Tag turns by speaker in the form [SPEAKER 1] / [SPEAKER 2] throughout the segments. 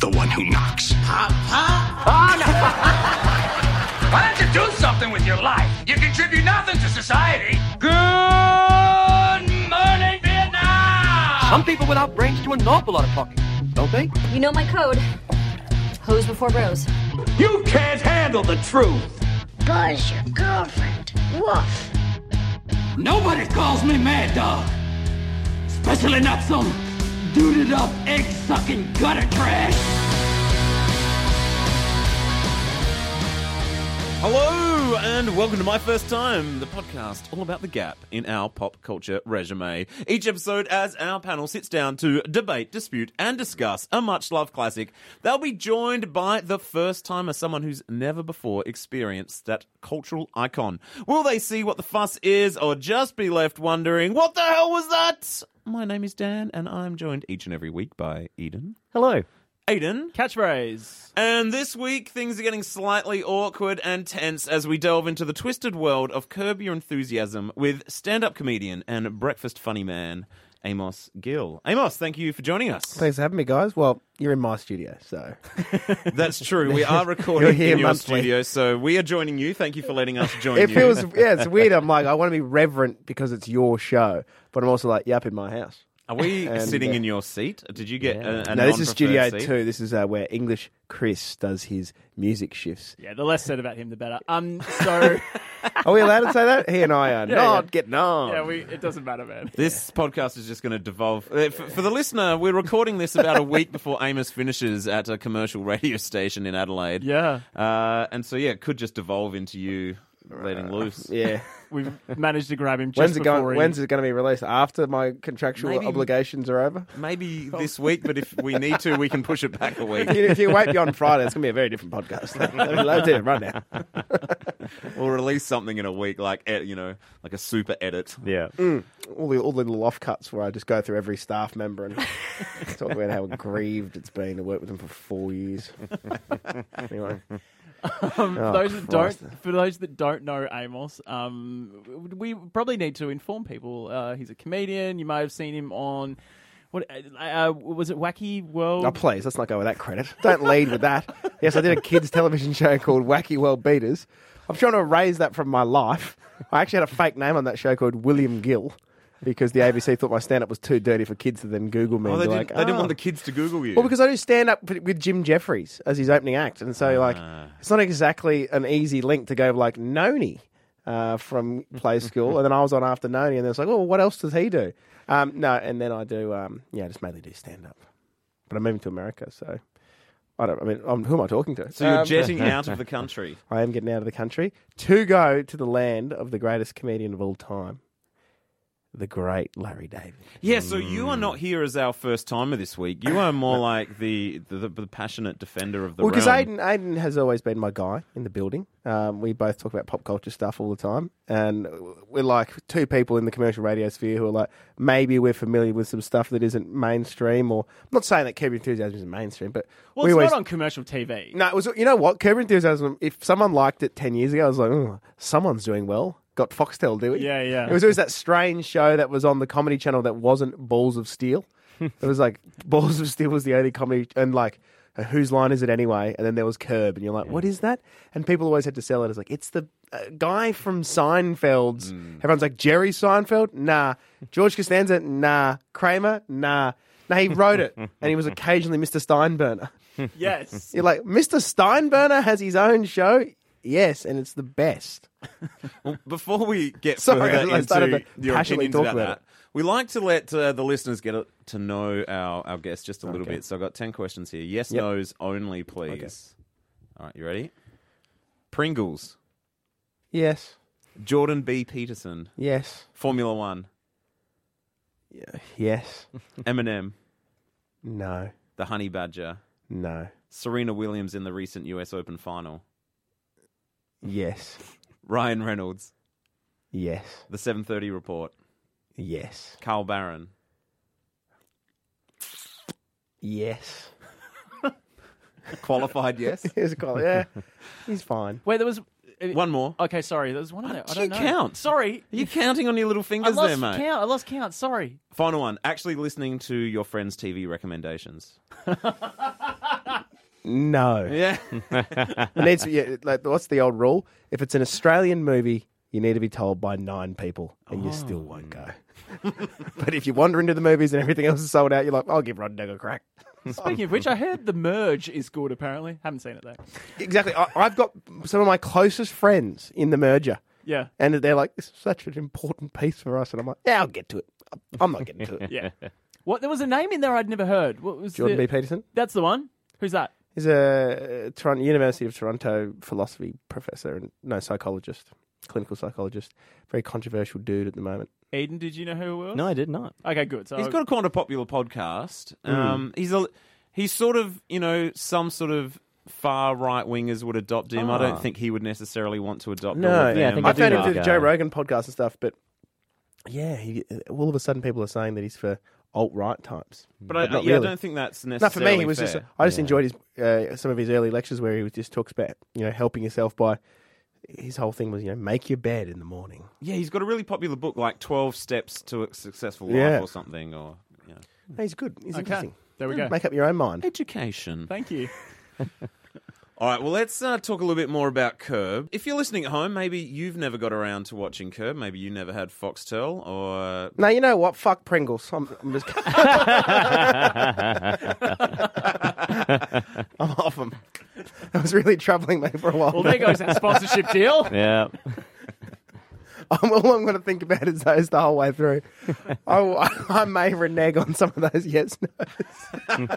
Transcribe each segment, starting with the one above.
[SPEAKER 1] the one who knocks.
[SPEAKER 2] Why don't you do something with your life? You contribute nothing to society. Good morning, Vietnam!
[SPEAKER 3] Some people without brains do an awful lot of talking, don't they?
[SPEAKER 4] You know my code. Hose before bros.
[SPEAKER 2] You can't handle the truth.
[SPEAKER 5] Buzz your girlfriend. Woof.
[SPEAKER 2] Nobody calls me Mad Dog. Especially not some duded up, egg sucking gutter trash.
[SPEAKER 6] Hello and welcome to my first time, the podcast all about the gap in our pop culture resume. Each episode, as our panel sits down to debate, dispute, and discuss a much loved classic, they'll be joined by the first timer, someone who's never before experienced that cultural icon. Will they see what the fuss is, or just be left wondering what the hell was that? My name is Dan, and I'm joined each and every week by Eden,
[SPEAKER 7] Hello.
[SPEAKER 6] Aiden,
[SPEAKER 7] Catchphrase.
[SPEAKER 6] and this week, things are getting slightly awkward and tense as we delve into the twisted world of Curb Your Enthusiasm with stand up comedian and breakfast funny man, Amos Gill. Amos, thank you for joining us.
[SPEAKER 8] Thanks for having me, guys. Well, you're in my studio, so
[SPEAKER 6] That's true. We are recording
[SPEAKER 8] You're here
[SPEAKER 6] in your
[SPEAKER 8] monthly.
[SPEAKER 6] studio, so we are joining you. Thank you for letting us
[SPEAKER 7] Oh,
[SPEAKER 6] join
[SPEAKER 8] it
[SPEAKER 6] you.
[SPEAKER 8] feels yeah, it's weird. I'm like, I want to be reverent because it's your show, but I'm also like, yep, in my house.
[SPEAKER 6] are we
[SPEAKER 8] And,
[SPEAKER 6] sitting
[SPEAKER 8] uh,
[SPEAKER 6] in your seat? Did you get a, a
[SPEAKER 8] no, this is Studio
[SPEAKER 6] non-preferred seat?
[SPEAKER 8] Two. This is uh, where English Chris does his music shifts.
[SPEAKER 7] Yeah, the less said about him, the better. Um, so
[SPEAKER 8] Are we allowed to say that? He and I are not
[SPEAKER 7] yeah.
[SPEAKER 8] getting on.
[SPEAKER 7] yeah, we it doesn't matter, man.
[SPEAKER 6] This podcast is just going to devolve. uh, For, for the listener, we're recording this about a week before Amos finishes at a commercial radio station in Adelaide.
[SPEAKER 7] Yeah,
[SPEAKER 6] Uh, and so, yeah, it could just devolve into you letting loose.
[SPEAKER 8] yeah.
[SPEAKER 7] we've managed to grab him just
[SPEAKER 8] When's it
[SPEAKER 7] before
[SPEAKER 8] going?
[SPEAKER 7] he-
[SPEAKER 8] When's it going to be released? After my contractual
[SPEAKER 6] Maybe-
[SPEAKER 8] obligations are over.
[SPEAKER 6] Maybe this week, but if we need to, we can push it back a week.
[SPEAKER 8] if you wait beyond Friday, it's going to be a very different podcast. Let's do it right now.
[SPEAKER 6] We'll release something in a week, like, eh, you know, like a super edit.
[SPEAKER 7] Yeah.
[SPEAKER 8] all the all the little offcuts where I just go through every staff member and talk about how grieved it's been to work with them for four years. anyway,
[SPEAKER 7] Um, for
[SPEAKER 8] Oh,
[SPEAKER 7] those that
[SPEAKER 8] Christ.
[SPEAKER 7] don't, for those that don't know Amos, um, w- we probably need to inform people. Uh, he's a comedian. You may have seen him on what uh, uh, was it? Wacky World.
[SPEAKER 8] oh please, let's not go with that credit. Don't lead with that. Yes, I did a kids television show called Wacky World Beaters. I'm trying to erase that from my life. I actually had a fake name on that show called William Gill. Because the ABC thought my stand up was too dirty for kids to then Google me. and
[SPEAKER 6] Well, they,
[SPEAKER 8] be like,
[SPEAKER 6] didn't, they didn't
[SPEAKER 8] "Oh."
[SPEAKER 6] want the kids to Google you.
[SPEAKER 8] Well, because I do stand up with Jim Jeffries as his opening act, and so like
[SPEAKER 6] Ah.
[SPEAKER 8] it's not exactly an easy link to go like Noni uh, from play school, and then I was on after Noni, and it's like, oh, what else does he do? Um, no, and then I do, um, yeah, I just mainly do stand up, but I'm moving to America, so I don't. I mean, i who am I talking to?
[SPEAKER 6] so you're
[SPEAKER 8] Um,
[SPEAKER 6] jetting out of the country.
[SPEAKER 8] I am getting out of the country to go to the land of the greatest comedian of all time, the great Larry David.
[SPEAKER 6] Yeah, so you are not here as our first timer this week. You are more like the, the, the passionate defender of the
[SPEAKER 8] well, because Aiden,
[SPEAKER 6] realm.
[SPEAKER 8] Aiden has always been my guy in the building. Um, we both talk about pop culture stuff all the time, and we're like two people in the commercial radio sphere who are like maybe we're familiar with some stuff that isn't mainstream. Or I'm not saying that Curb Your Enthusiasm isn't mainstream, but
[SPEAKER 7] well,
[SPEAKER 8] we
[SPEAKER 7] it's
[SPEAKER 8] always
[SPEAKER 7] not on commercial TV.
[SPEAKER 8] no. It was you know what Curb Your Enthusiasm. If someone liked it ten years ago, I was like, oh, someone's doing well. Got Foxtel doing.
[SPEAKER 7] Yeah, yeah.
[SPEAKER 8] It was always that strange show that was on the Comedy Channel that wasn't Balls of Steel. it was like Balls of Steel was the only comedy, and like uh, whose line is it anyway? And then there was Curb, and you're like, what is that? And people always had to sell it as like it's the uh, guy from Seinfeld's.
[SPEAKER 7] Hmm.
[SPEAKER 8] Everyone's like Jerry Seinfeld, nah. George Costanza, nah. Kramer, nah. Nah, he wrote it, and he was occasionally Mr. Steinburner.
[SPEAKER 7] Yes.
[SPEAKER 8] You're like, Mr. Steinburner has his own show? Yes, and it's the best.
[SPEAKER 6] Before we get
[SPEAKER 8] Sorry,
[SPEAKER 6] further
[SPEAKER 8] I started
[SPEAKER 6] into
[SPEAKER 8] to
[SPEAKER 6] your
[SPEAKER 8] passionately
[SPEAKER 6] opinions
[SPEAKER 8] talk
[SPEAKER 6] about,
[SPEAKER 8] about
[SPEAKER 6] that, we like to let uh, the listeners get a- to know our, our guests just a little
[SPEAKER 8] Okay.
[SPEAKER 6] bit. So I've got 10 questions here. Yes,
[SPEAKER 8] Yep.
[SPEAKER 6] no's only, please. All right, you ready? Pringles.
[SPEAKER 8] Yes,
[SPEAKER 6] Jordan B. Peterson.
[SPEAKER 8] yes,
[SPEAKER 6] Formula One.
[SPEAKER 8] yes.
[SPEAKER 6] Eminem.
[SPEAKER 8] No,
[SPEAKER 6] The Honey Badger.
[SPEAKER 8] no,
[SPEAKER 6] Serena Williams in the recent US Open final.
[SPEAKER 8] yes,
[SPEAKER 6] Ryan Reynolds.
[SPEAKER 8] yes,
[SPEAKER 6] The 730 Report.
[SPEAKER 8] yes,
[SPEAKER 6] Carl Barron.
[SPEAKER 8] yes.
[SPEAKER 6] Qualified, yes.
[SPEAKER 8] Here's a call. Yeah, he's fine.
[SPEAKER 7] Where there was uh,
[SPEAKER 6] One more.
[SPEAKER 7] Okay, sorry. There was one of them. I
[SPEAKER 6] do you
[SPEAKER 7] don't know.
[SPEAKER 6] count?
[SPEAKER 7] Sorry.
[SPEAKER 6] You're counting on your little
[SPEAKER 7] I
[SPEAKER 6] fingers
[SPEAKER 7] lost
[SPEAKER 6] there, mate.
[SPEAKER 7] count. I lost count. Sorry.
[SPEAKER 6] Final one. Actually listening to your friends' TV recommendations.
[SPEAKER 8] No.
[SPEAKER 6] Yeah.
[SPEAKER 8] It needs to be, yeah, like, what's the old rule? If it's an Australian movie, you need to be told by nine people, and you still won't go. but if you wander into the movies and everything else is sold out, you're like, I'll give Rod Neg a crack.
[SPEAKER 7] Speaking of which, I heard The Merge is good, apparently. Haven't seen it, though.
[SPEAKER 8] Exactly. I, I've got some of my closest friends in the merger,
[SPEAKER 7] Yeah.
[SPEAKER 8] and they're like, this is such an important piece for us. And I'm like, yeah, I'll get to it. I'm not getting to it.
[SPEAKER 7] Yeah. What? There was a name in there I'd never heard. What was
[SPEAKER 8] Jordan
[SPEAKER 7] the...
[SPEAKER 8] B. Peterson
[SPEAKER 7] That's the one. Who's that?
[SPEAKER 8] is a uh, Toron- University of Toronto philosophy professor and no psychologist, clinical psychologist. Very controversial dude at the moment.
[SPEAKER 7] Eden, did you know who it was?
[SPEAKER 1] No, I did not.
[SPEAKER 7] Okay, good. So
[SPEAKER 8] Oh.
[SPEAKER 6] He's got a kind of popular podcast.
[SPEAKER 8] Hmm.
[SPEAKER 6] Um, he's a he's sort of you know some sort of far right wingers would adopt him. I don't think he would necessarily want to adopt.
[SPEAKER 8] Ah. No,
[SPEAKER 6] all of
[SPEAKER 1] yeah, I
[SPEAKER 6] them.
[SPEAKER 1] think
[SPEAKER 8] I
[SPEAKER 1] do
[SPEAKER 8] found him
[SPEAKER 1] know
[SPEAKER 8] through
[SPEAKER 1] the
[SPEAKER 8] the
[SPEAKER 1] guy.
[SPEAKER 8] Joe Rogan podcast and stuff, but yeah, he, uh, all of a sudden people are saying that he's for alt right types.
[SPEAKER 6] but I,
[SPEAKER 8] but not
[SPEAKER 6] yeah,
[SPEAKER 8] really.
[SPEAKER 6] I don't think that's
[SPEAKER 8] Not for
[SPEAKER 6] necessarily.
[SPEAKER 8] me. He was
[SPEAKER 6] fair.
[SPEAKER 8] just. I just enjoyed his uh, some of his early lectures where he was just talks about you know helping yourself by. His whole thing was you know make your bed in the morning.
[SPEAKER 6] yeah, he's got a really popular book like Twelve Steps to a Successful Life
[SPEAKER 8] Yeah.
[SPEAKER 6] or something or yeah.
[SPEAKER 8] No, he's good. He's interesting.
[SPEAKER 7] There we go.
[SPEAKER 8] Make up your own mind.
[SPEAKER 6] education.
[SPEAKER 7] Thank you.
[SPEAKER 6] All right, well, let's uh, talk a little bit more about Curb. If you're listening at home, maybe you've never got around to watching Curb. Maybe you never had Foxtel or
[SPEAKER 8] No, you know what? Fuck Pringles. I'm, I'm just. I'm off them. That was really troubling me for a while.
[SPEAKER 7] Well, there goes that sponsorship deal.
[SPEAKER 1] Yeah.
[SPEAKER 8] I'm, all I'm going to think about is those the whole way through. I, I may renege on some of those yes no's.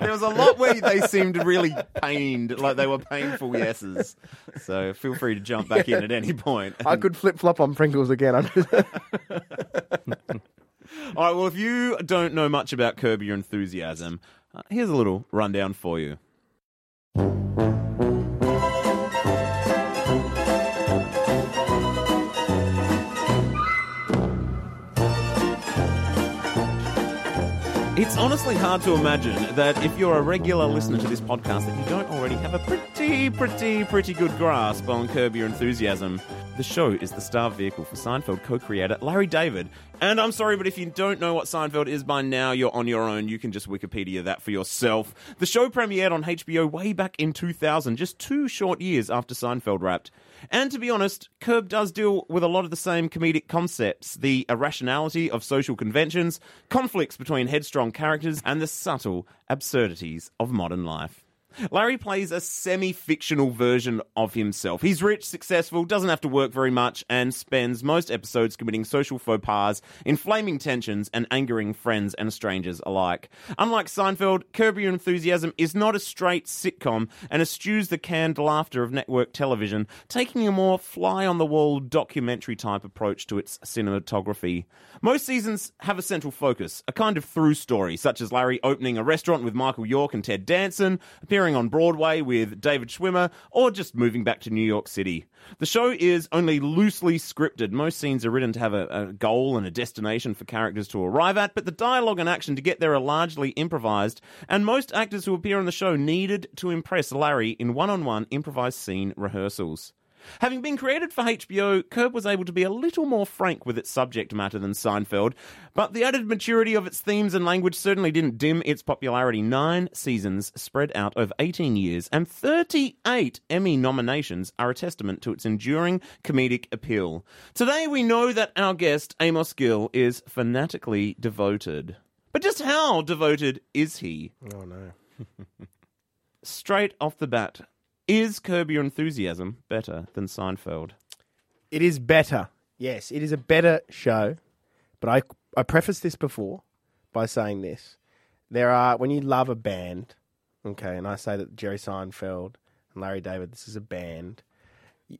[SPEAKER 6] There was a lot where they seemed really pained, like they were painful yeses. So feel free to jump back in at any point.
[SPEAKER 8] I could flip flop on Pringles again. I'm just,
[SPEAKER 6] All right, well, if you don't know much about Curb Your Enthusiasm, uh, here's a little rundown for you. It's honestly hard to imagine that if you're a regular listener to this podcast that you don't already have a pretty, pretty, pretty good grasp on Curb Your Enthusiasm. The show is the star vehicle for Seinfeld co-creator Larry David. And I'm sorry, but if you don't know what Seinfeld is by now, you're on your own. You can just Wikipedia that for yourself. The show premiered on HBO way back in 2000, just two short years after Seinfeld wrapped. And to be honest, Curb does deal with a lot of the same comedic concepts the irrationality of social conventions, conflicts between headstrong characters, and the subtle absurdities of modern life. Larry plays a semi fictional version of himself. He's rich, successful, doesn't have to work very much, and spends most episodes committing social faux pas, inflaming tensions, and angering friends and strangers alike. Unlike Seinfeld, Curb Your Enthusiasm is not a straight sitcom and eschews the canned laughter of network television, taking a more fly on the wall documentary type approach to its cinematography. Most seasons have a central focus, a kind of through story, such as Larry opening a restaurant with Michael York and Ted Danson, appearing on Broadway with David Schwimmer, or just moving back to New York City. The show is only loosely scripted. Most scenes are written to have a, a goal and a destination for characters to arrive at, but the dialogue and action to get there are largely improvised, and most actors who appear on the show needed to impress Larry in one on one improvised scene rehearsals. Having been created for HBO, Curb was able to be a little more frank with its subject matter than Seinfeld, but the added maturity of its themes and language certainly didn't dim its popularity. Nine seasons spread out over 18 years and 38 Emmy nominations are a testament to its enduring comedic appeal. Today we know that our guest, Amos Gill, is fanatically devoted. But just how devoted is he?
[SPEAKER 8] oh no.
[SPEAKER 6] Straight off the bat, is Curb Your Enthusiasm better than Seinfeld?
[SPEAKER 8] It is better. Yes, it is a better show. But I I prefaced this before by saying this. There are when you love a band, okay, and I say that Jerry Seinfeld and Larry David, this is a band.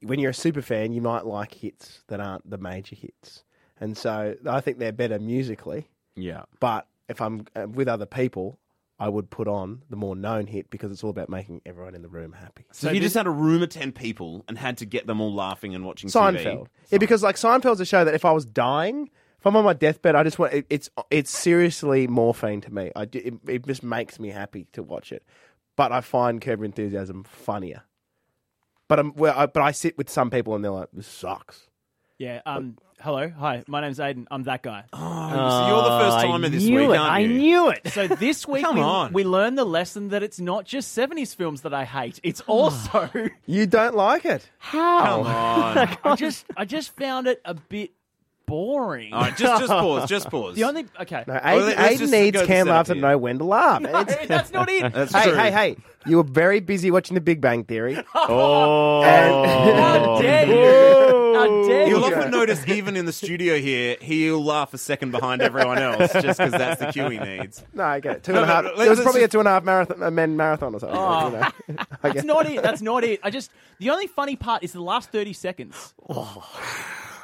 [SPEAKER 8] When you're a super fan, you might like hits that aren't the major hits. And so I think they're better musically.
[SPEAKER 6] Yeah.
[SPEAKER 8] But if I'm uh, with other people, I would put on the more known hit because it's all about making everyone in the room happy.
[SPEAKER 6] So, if you just had a room of 10 people and had to get them all laughing and watching
[SPEAKER 8] Seinfeld.
[SPEAKER 6] TV.
[SPEAKER 8] Yeah, because like Seinfeld's a show that if I was dying, if I'm on my deathbed, I just want it, it's it's seriously morphine to me. I do, it, it just makes me happy to watch it. But I find Curb Your Enthusiasm funnier. But I'm well, I, but I sit with some people and they're like, "This sucks."
[SPEAKER 7] Yeah. Um, Hello, hi, my name's Aiden. I'm that guy.
[SPEAKER 1] Oh,
[SPEAKER 6] Oh, so you're the first timer this
[SPEAKER 1] knew
[SPEAKER 6] week,
[SPEAKER 1] it.
[SPEAKER 6] aren't
[SPEAKER 1] I
[SPEAKER 6] you?
[SPEAKER 1] knew it.
[SPEAKER 7] So this week
[SPEAKER 6] Come
[SPEAKER 7] we,
[SPEAKER 6] on.
[SPEAKER 7] we learned the lesson that it's not just 70s films that I hate. It's also
[SPEAKER 8] You don't like it.
[SPEAKER 1] How?
[SPEAKER 6] Come on.
[SPEAKER 7] I just I just found it a bit boring.
[SPEAKER 6] All right, just just pause, just pause.
[SPEAKER 7] The only okay.
[SPEAKER 8] No,
[SPEAKER 6] Well,
[SPEAKER 8] Aiden,
[SPEAKER 6] let's
[SPEAKER 8] Aiden
[SPEAKER 6] just
[SPEAKER 8] needs
[SPEAKER 6] go to
[SPEAKER 8] can laugh to
[SPEAKER 6] seventy.
[SPEAKER 8] know when to laugh. It's-
[SPEAKER 7] That's not it.
[SPEAKER 6] That's
[SPEAKER 8] hey,
[SPEAKER 6] true.
[SPEAKER 8] hey, hey! You were very busy watching The Big Bang Theory.
[SPEAKER 6] Oh.
[SPEAKER 1] Oh.
[SPEAKER 7] How dare you?
[SPEAKER 8] Whoa.
[SPEAKER 7] How dare
[SPEAKER 6] You'll
[SPEAKER 7] you?
[SPEAKER 6] often notice, even in the studio here, he'll laugh a second behind everyone else just because that's the cue he needs.
[SPEAKER 8] No, I get it. Two
[SPEAKER 6] No,
[SPEAKER 8] and a
[SPEAKER 6] no,
[SPEAKER 8] half.
[SPEAKER 6] no,
[SPEAKER 8] it was
[SPEAKER 6] let's
[SPEAKER 8] probably a
[SPEAKER 6] just- Ah.
[SPEAKER 8] two and a half marathon, a men marathon or something. like, you know. I get
[SPEAKER 7] That's not it. That's not it. I just the only funny part is the last 30 seconds.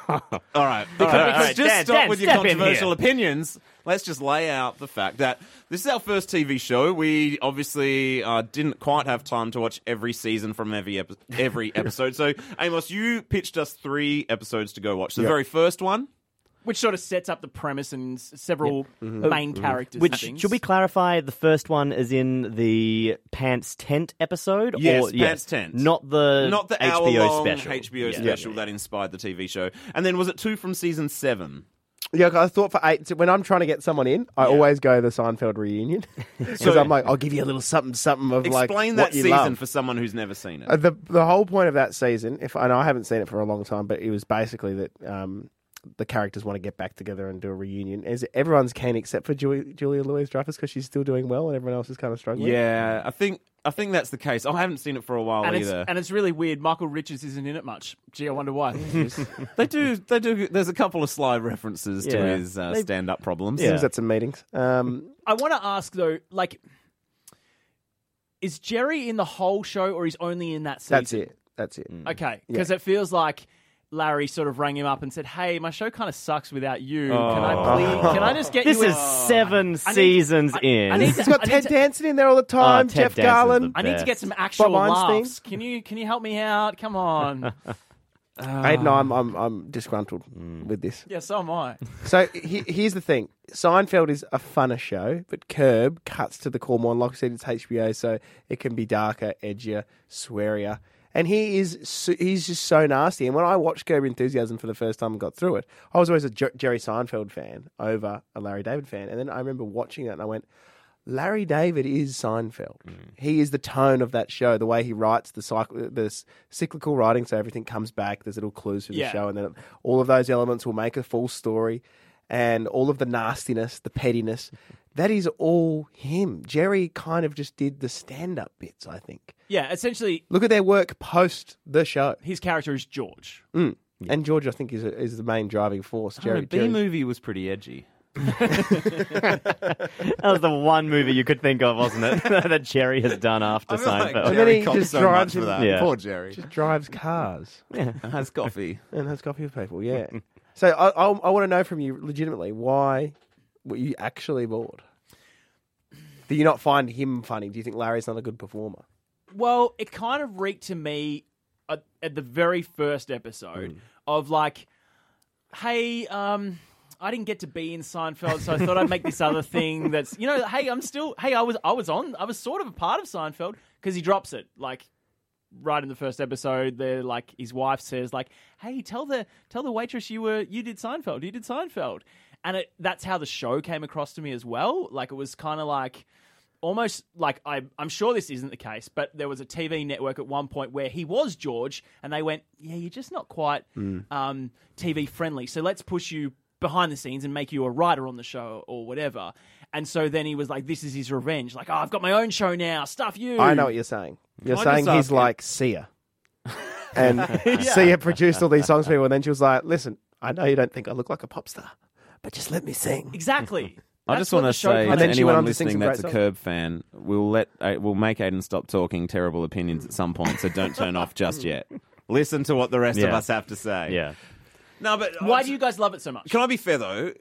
[SPEAKER 6] All right. All right, all right,
[SPEAKER 1] because-
[SPEAKER 6] just
[SPEAKER 1] Dan,
[SPEAKER 6] stop
[SPEAKER 1] Dan,
[SPEAKER 6] with your
[SPEAKER 1] step in
[SPEAKER 6] controversial
[SPEAKER 1] here.
[SPEAKER 6] opinions. Let's just lay out the fact that this is our first TV show. We obviously uh, didn't quite have time to watch every season from every epi- every episode. So Amos, you pitched us three episodes to go watch. The very first one.
[SPEAKER 7] Which sort of sets up the premise and s- several main characters. and
[SPEAKER 1] Which
[SPEAKER 7] things.
[SPEAKER 1] should we clarify? The first one is in the Pants Tent episode.
[SPEAKER 6] Yes,
[SPEAKER 1] or,
[SPEAKER 6] Pants Tent.
[SPEAKER 1] not the
[SPEAKER 6] Not the
[SPEAKER 1] HBO
[SPEAKER 6] hour-long
[SPEAKER 1] special.
[SPEAKER 6] HBO
[SPEAKER 1] Yeah.
[SPEAKER 6] special that inspired the TV show, and then was it two from season seven?
[SPEAKER 8] Yeah, 'cause I thought for eight. So when I'm trying to get someone in, I always go to the Seinfeld reunion because
[SPEAKER 6] So-
[SPEAKER 8] I'm like, I'll give you a little something, something of like
[SPEAKER 6] Explain
[SPEAKER 8] what
[SPEAKER 6] that
[SPEAKER 8] you
[SPEAKER 6] season
[SPEAKER 8] love.
[SPEAKER 6] for someone who's never seen it.
[SPEAKER 8] Uh, the the whole point of that season, if and I haven't seen it for a long time, but it was basically that um, the characters want to get back together and do a reunion. Is everyone's keen except for Julia, Julia Louise Dreyfus because she's still doing well and everyone else is kind of struggling.
[SPEAKER 6] yeah, I think I think that's the case. I haven't seen it for a while
[SPEAKER 7] And it's,
[SPEAKER 6] either.
[SPEAKER 7] and it's really weird. Michael Richards isn't in it much. Gee, I wonder why.
[SPEAKER 6] They do. They do. There's a couple of sly references to
[SPEAKER 1] Yeah.
[SPEAKER 6] his uh,
[SPEAKER 1] They-
[SPEAKER 6] stand-up problems.
[SPEAKER 8] Seems at some meetings. Um,
[SPEAKER 7] I want to ask though, like, is Jerry in the whole show or is only in that season?
[SPEAKER 8] that's it. That's it.
[SPEAKER 6] Mm.
[SPEAKER 7] Okay, because it feels like Larry sort of rang him up and said, "Hey, my show kind of sucks without you. Can I please? Can I just get
[SPEAKER 1] This
[SPEAKER 7] you?"
[SPEAKER 1] is seven
[SPEAKER 7] I need-
[SPEAKER 1] seasons
[SPEAKER 7] I-
[SPEAKER 1] in.
[SPEAKER 7] I need
[SPEAKER 8] He's
[SPEAKER 7] to-
[SPEAKER 8] got
[SPEAKER 7] I need
[SPEAKER 8] Ted
[SPEAKER 7] to-
[SPEAKER 8] Dancing in there
[SPEAKER 6] Ah,
[SPEAKER 8] all the time.
[SPEAKER 1] Ted
[SPEAKER 8] Jeff
[SPEAKER 1] Danson's
[SPEAKER 8] Garland.
[SPEAKER 1] the
[SPEAKER 7] I need to
[SPEAKER 1] best.
[SPEAKER 7] get some actual
[SPEAKER 8] Bob Einstein?
[SPEAKER 7] laughs. Can you can you help me out? Come on.
[SPEAKER 8] I no,
[SPEAKER 7] Ah.
[SPEAKER 8] I'm I'm, I'm disgruntled
[SPEAKER 6] Mm.
[SPEAKER 8] with this.
[SPEAKER 7] yeah, so am I.
[SPEAKER 8] So he, here's the thing: Seinfeld is a funner show, but Curb cuts to the core more. And like I said, it's HBO, so it can be darker, edgier, swearier. And he is so, he's just so nasty. And when I watched Curb Your Enthusiasm for the first time and got through it, I was always a Jer- Jerry Seinfeld fan over a Larry David fan. And then I remember watching that and I went, Larry David is Seinfeld. He is the tone of that show. The way he writes the cycle, the s- cyclical writing, so everything comes back. There's little clues through the
[SPEAKER 7] Yeah.
[SPEAKER 8] show, and then all of those elements will make a full story. And all of the nastiness, the pettiness, that is all him. Jerry kind of just did the stand-up bits. I think.
[SPEAKER 7] Yeah, essentially,
[SPEAKER 8] Look at their work post the show.
[SPEAKER 7] his character is George.
[SPEAKER 8] And George, I think, is a, is the main driving force. Jerry,
[SPEAKER 6] B
[SPEAKER 8] Jerry-
[SPEAKER 6] movie was pretty edgy.
[SPEAKER 1] That was the one movie you could think of, wasn't it? that Jerry has done after Seinfeld.
[SPEAKER 8] Jerry And then he copped just so much drives for him-
[SPEAKER 1] that. Yeah. Poor
[SPEAKER 6] Jerry.
[SPEAKER 8] drives cars.
[SPEAKER 6] Has coffee.
[SPEAKER 8] And has coffee with people, yeah. so I, I, I want to know from you legitimately why were you actually bored? Do you not find him funny? Do you think Larry's not a good performer?
[SPEAKER 7] Well, it kind of reeked to me at, at the very first episode of like, hey, um, I didn't get to be in Seinfeld, so I thought I'd make this other thing that's you know, hey, I'm still, hey, I was, I was on, I was sort of a part of Seinfeld because he drops it like. Right in the first episode, there like his wife says, like, "Hey, tell the tell the waitress you were you did Seinfeld, you did Seinfeld," and it, that's how the show came across to me as well. Like it was kind of like, almost like I, I'm sure this isn't the case, but there was a TV network at one point where he was George, and they went, "Yeah, you're just not quite
[SPEAKER 8] Hmm.
[SPEAKER 7] um, TV friendly, so let's push you behind the scenes and make you a writer on the show or whatever." And so then he was like, "This is his revenge. Like, oh, I've got my own show now. Stuff you."
[SPEAKER 8] I know what you're saying. You're
[SPEAKER 6] I
[SPEAKER 8] saying
[SPEAKER 6] just
[SPEAKER 8] he's
[SPEAKER 6] ask you-
[SPEAKER 8] like Sia. And Sia produced all these songs for people, and then she was like, listen, I know you don't think I look like a pop star, but just let me sing.
[SPEAKER 7] exactly.
[SPEAKER 6] I
[SPEAKER 7] That's
[SPEAKER 6] just
[SPEAKER 7] what
[SPEAKER 6] want
[SPEAKER 7] the
[SPEAKER 6] to
[SPEAKER 7] show
[SPEAKER 6] say
[SPEAKER 7] kinda-
[SPEAKER 8] And
[SPEAKER 6] to
[SPEAKER 8] then she went
[SPEAKER 6] anyone
[SPEAKER 8] on to sing
[SPEAKER 6] listening
[SPEAKER 8] some
[SPEAKER 6] that's a
[SPEAKER 8] great
[SPEAKER 6] Curb fan, we'll let uh, we'll make Aiden stop talking terrible opinions at some point. So don't turn off just yet. Listen to what the rest of
[SPEAKER 1] Yeah.
[SPEAKER 6] us have to say.
[SPEAKER 1] Yeah.
[SPEAKER 6] No, but
[SPEAKER 7] Why do you guys love it so much?
[SPEAKER 6] Can I be fair though?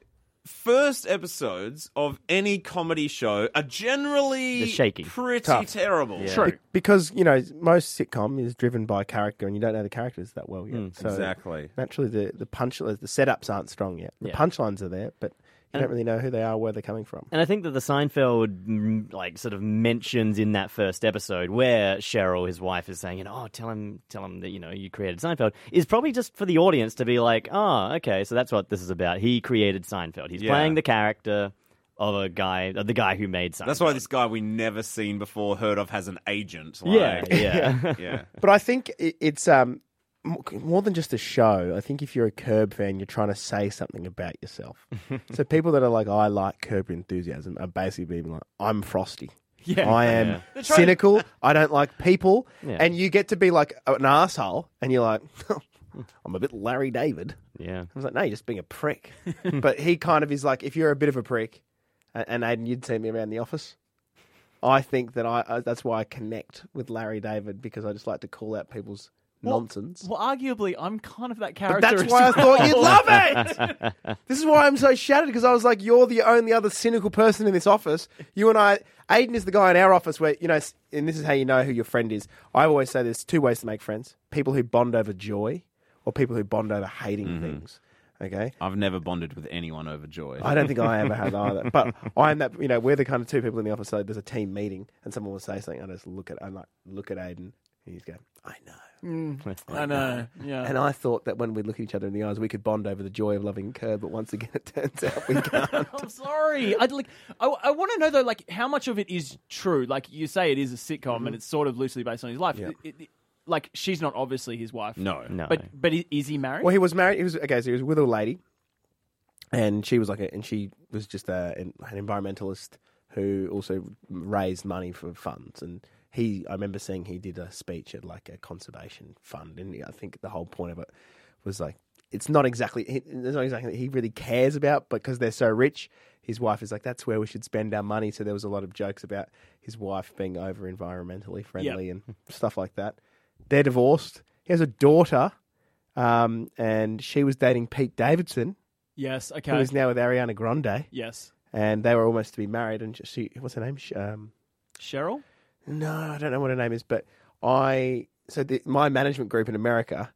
[SPEAKER 6] First episodes of any comedy show are generally
[SPEAKER 1] They're shaky.
[SPEAKER 6] pretty
[SPEAKER 8] Tough.
[SPEAKER 6] terrible.
[SPEAKER 8] Be- because, you know, most sitcom is driven by character, and you don't know the characters that well yet. so
[SPEAKER 6] Mm, Exactly.
[SPEAKER 8] Naturally, the the punch the setups aren't strong yet. The
[SPEAKER 1] Yeah.
[SPEAKER 8] punchlines are there, but You don't really know who they are, where they're coming from.
[SPEAKER 1] And I think that the Seinfeld mm, like sort of mentions in that first episode where Cheryl, his wife, is saying, you know, oh, tell him, tell him that you know you created Seinfeld is probably just for the audience to be like, oh, okay, so that's what this is about. He created Seinfeld. He's
[SPEAKER 6] Yeah.
[SPEAKER 1] playing the character of a guy, of the guy who made Seinfeld.
[SPEAKER 6] That's why this guy we never seen before, heard of, has an agent.
[SPEAKER 1] Yeah,
[SPEAKER 6] Like,
[SPEAKER 1] yeah.
[SPEAKER 6] yeah.
[SPEAKER 8] But I think i- it's um, m- more than just a show. I think if you're a Curb fan, you're trying to say something about yourself. so people that are like, I like Curb Your Enthusiasm are basically being like, I'm Frosty.
[SPEAKER 7] Yeah.
[SPEAKER 8] I am cynical. I don't like people.
[SPEAKER 1] Yeah.
[SPEAKER 8] And you get to be like an asshole, and you're like, I'm a bit Larry David.
[SPEAKER 1] yeah.
[SPEAKER 8] I was like, no, you're just being a prick. but he kind of is like, if you're a bit of a prick, a- and Aiden, you'd see me around the office. I think that I, I that's why I connect with Larry David because I just like to call out people's nonsense.
[SPEAKER 7] Well, arguably, I'm kind of that character.
[SPEAKER 8] But that's
[SPEAKER 7] as
[SPEAKER 8] why I
[SPEAKER 7] well.
[SPEAKER 8] thought you'd love it. this is why I'm so shattered because I was like, you're the only other cynical person in this office. You and I, Aiden is the guy in our office where, you know, s- and this is how you know who your friend is. I always say there's two ways to make friends people who bond over joy or people who bond over hating things. Okay?
[SPEAKER 6] I've never bonded with anyone over joy.
[SPEAKER 8] I don't think I ever had either. But I'm that you know we're the kind of two people in the office. So there's a team meeting, and someone will say something. and I just look at I'm like look at Aiden, and he's going, I know.
[SPEAKER 7] I know. Yeah.
[SPEAKER 8] And I thought that when we look at each other in the eyes, we could bond over the joy of loving Curb. But once again, it turns out we can't.
[SPEAKER 7] I'm sorry. I'd like, I, want to know though, like, how much of it is true? Like, you say it is a sitcom and it's sort of loosely based on his life. It- it- like, she's not obviously his wife.
[SPEAKER 6] No.
[SPEAKER 1] No.
[SPEAKER 7] But but i- is he married?
[SPEAKER 8] well, he was married. He was okay. So he was with a lady, and she was like, a, and she was just a, an an environmentalist who also raised money for funds. And he, I remember seeing he did a speech at like a conservation fund, and I think the whole point of it was like, it's not exactly, he- it's not exactly that he really cares about, but because they're so rich. His wife is like, that's where we should spend our money. So there was a lot of jokes about his wife being over environmentally friendly and stuff like that. They're divorced. He has a daughter, um, and she was dating Pete Davidson,
[SPEAKER 7] yes.
[SPEAKER 8] who
[SPEAKER 7] Okay.
[SPEAKER 8] is now with Ariana Grande,
[SPEAKER 7] yes.
[SPEAKER 8] and they were almost to be married. And she, what's her name? Sh- Um,
[SPEAKER 7] Cheryl.
[SPEAKER 8] no, I don't know what her name is, but I so the, my management group in America,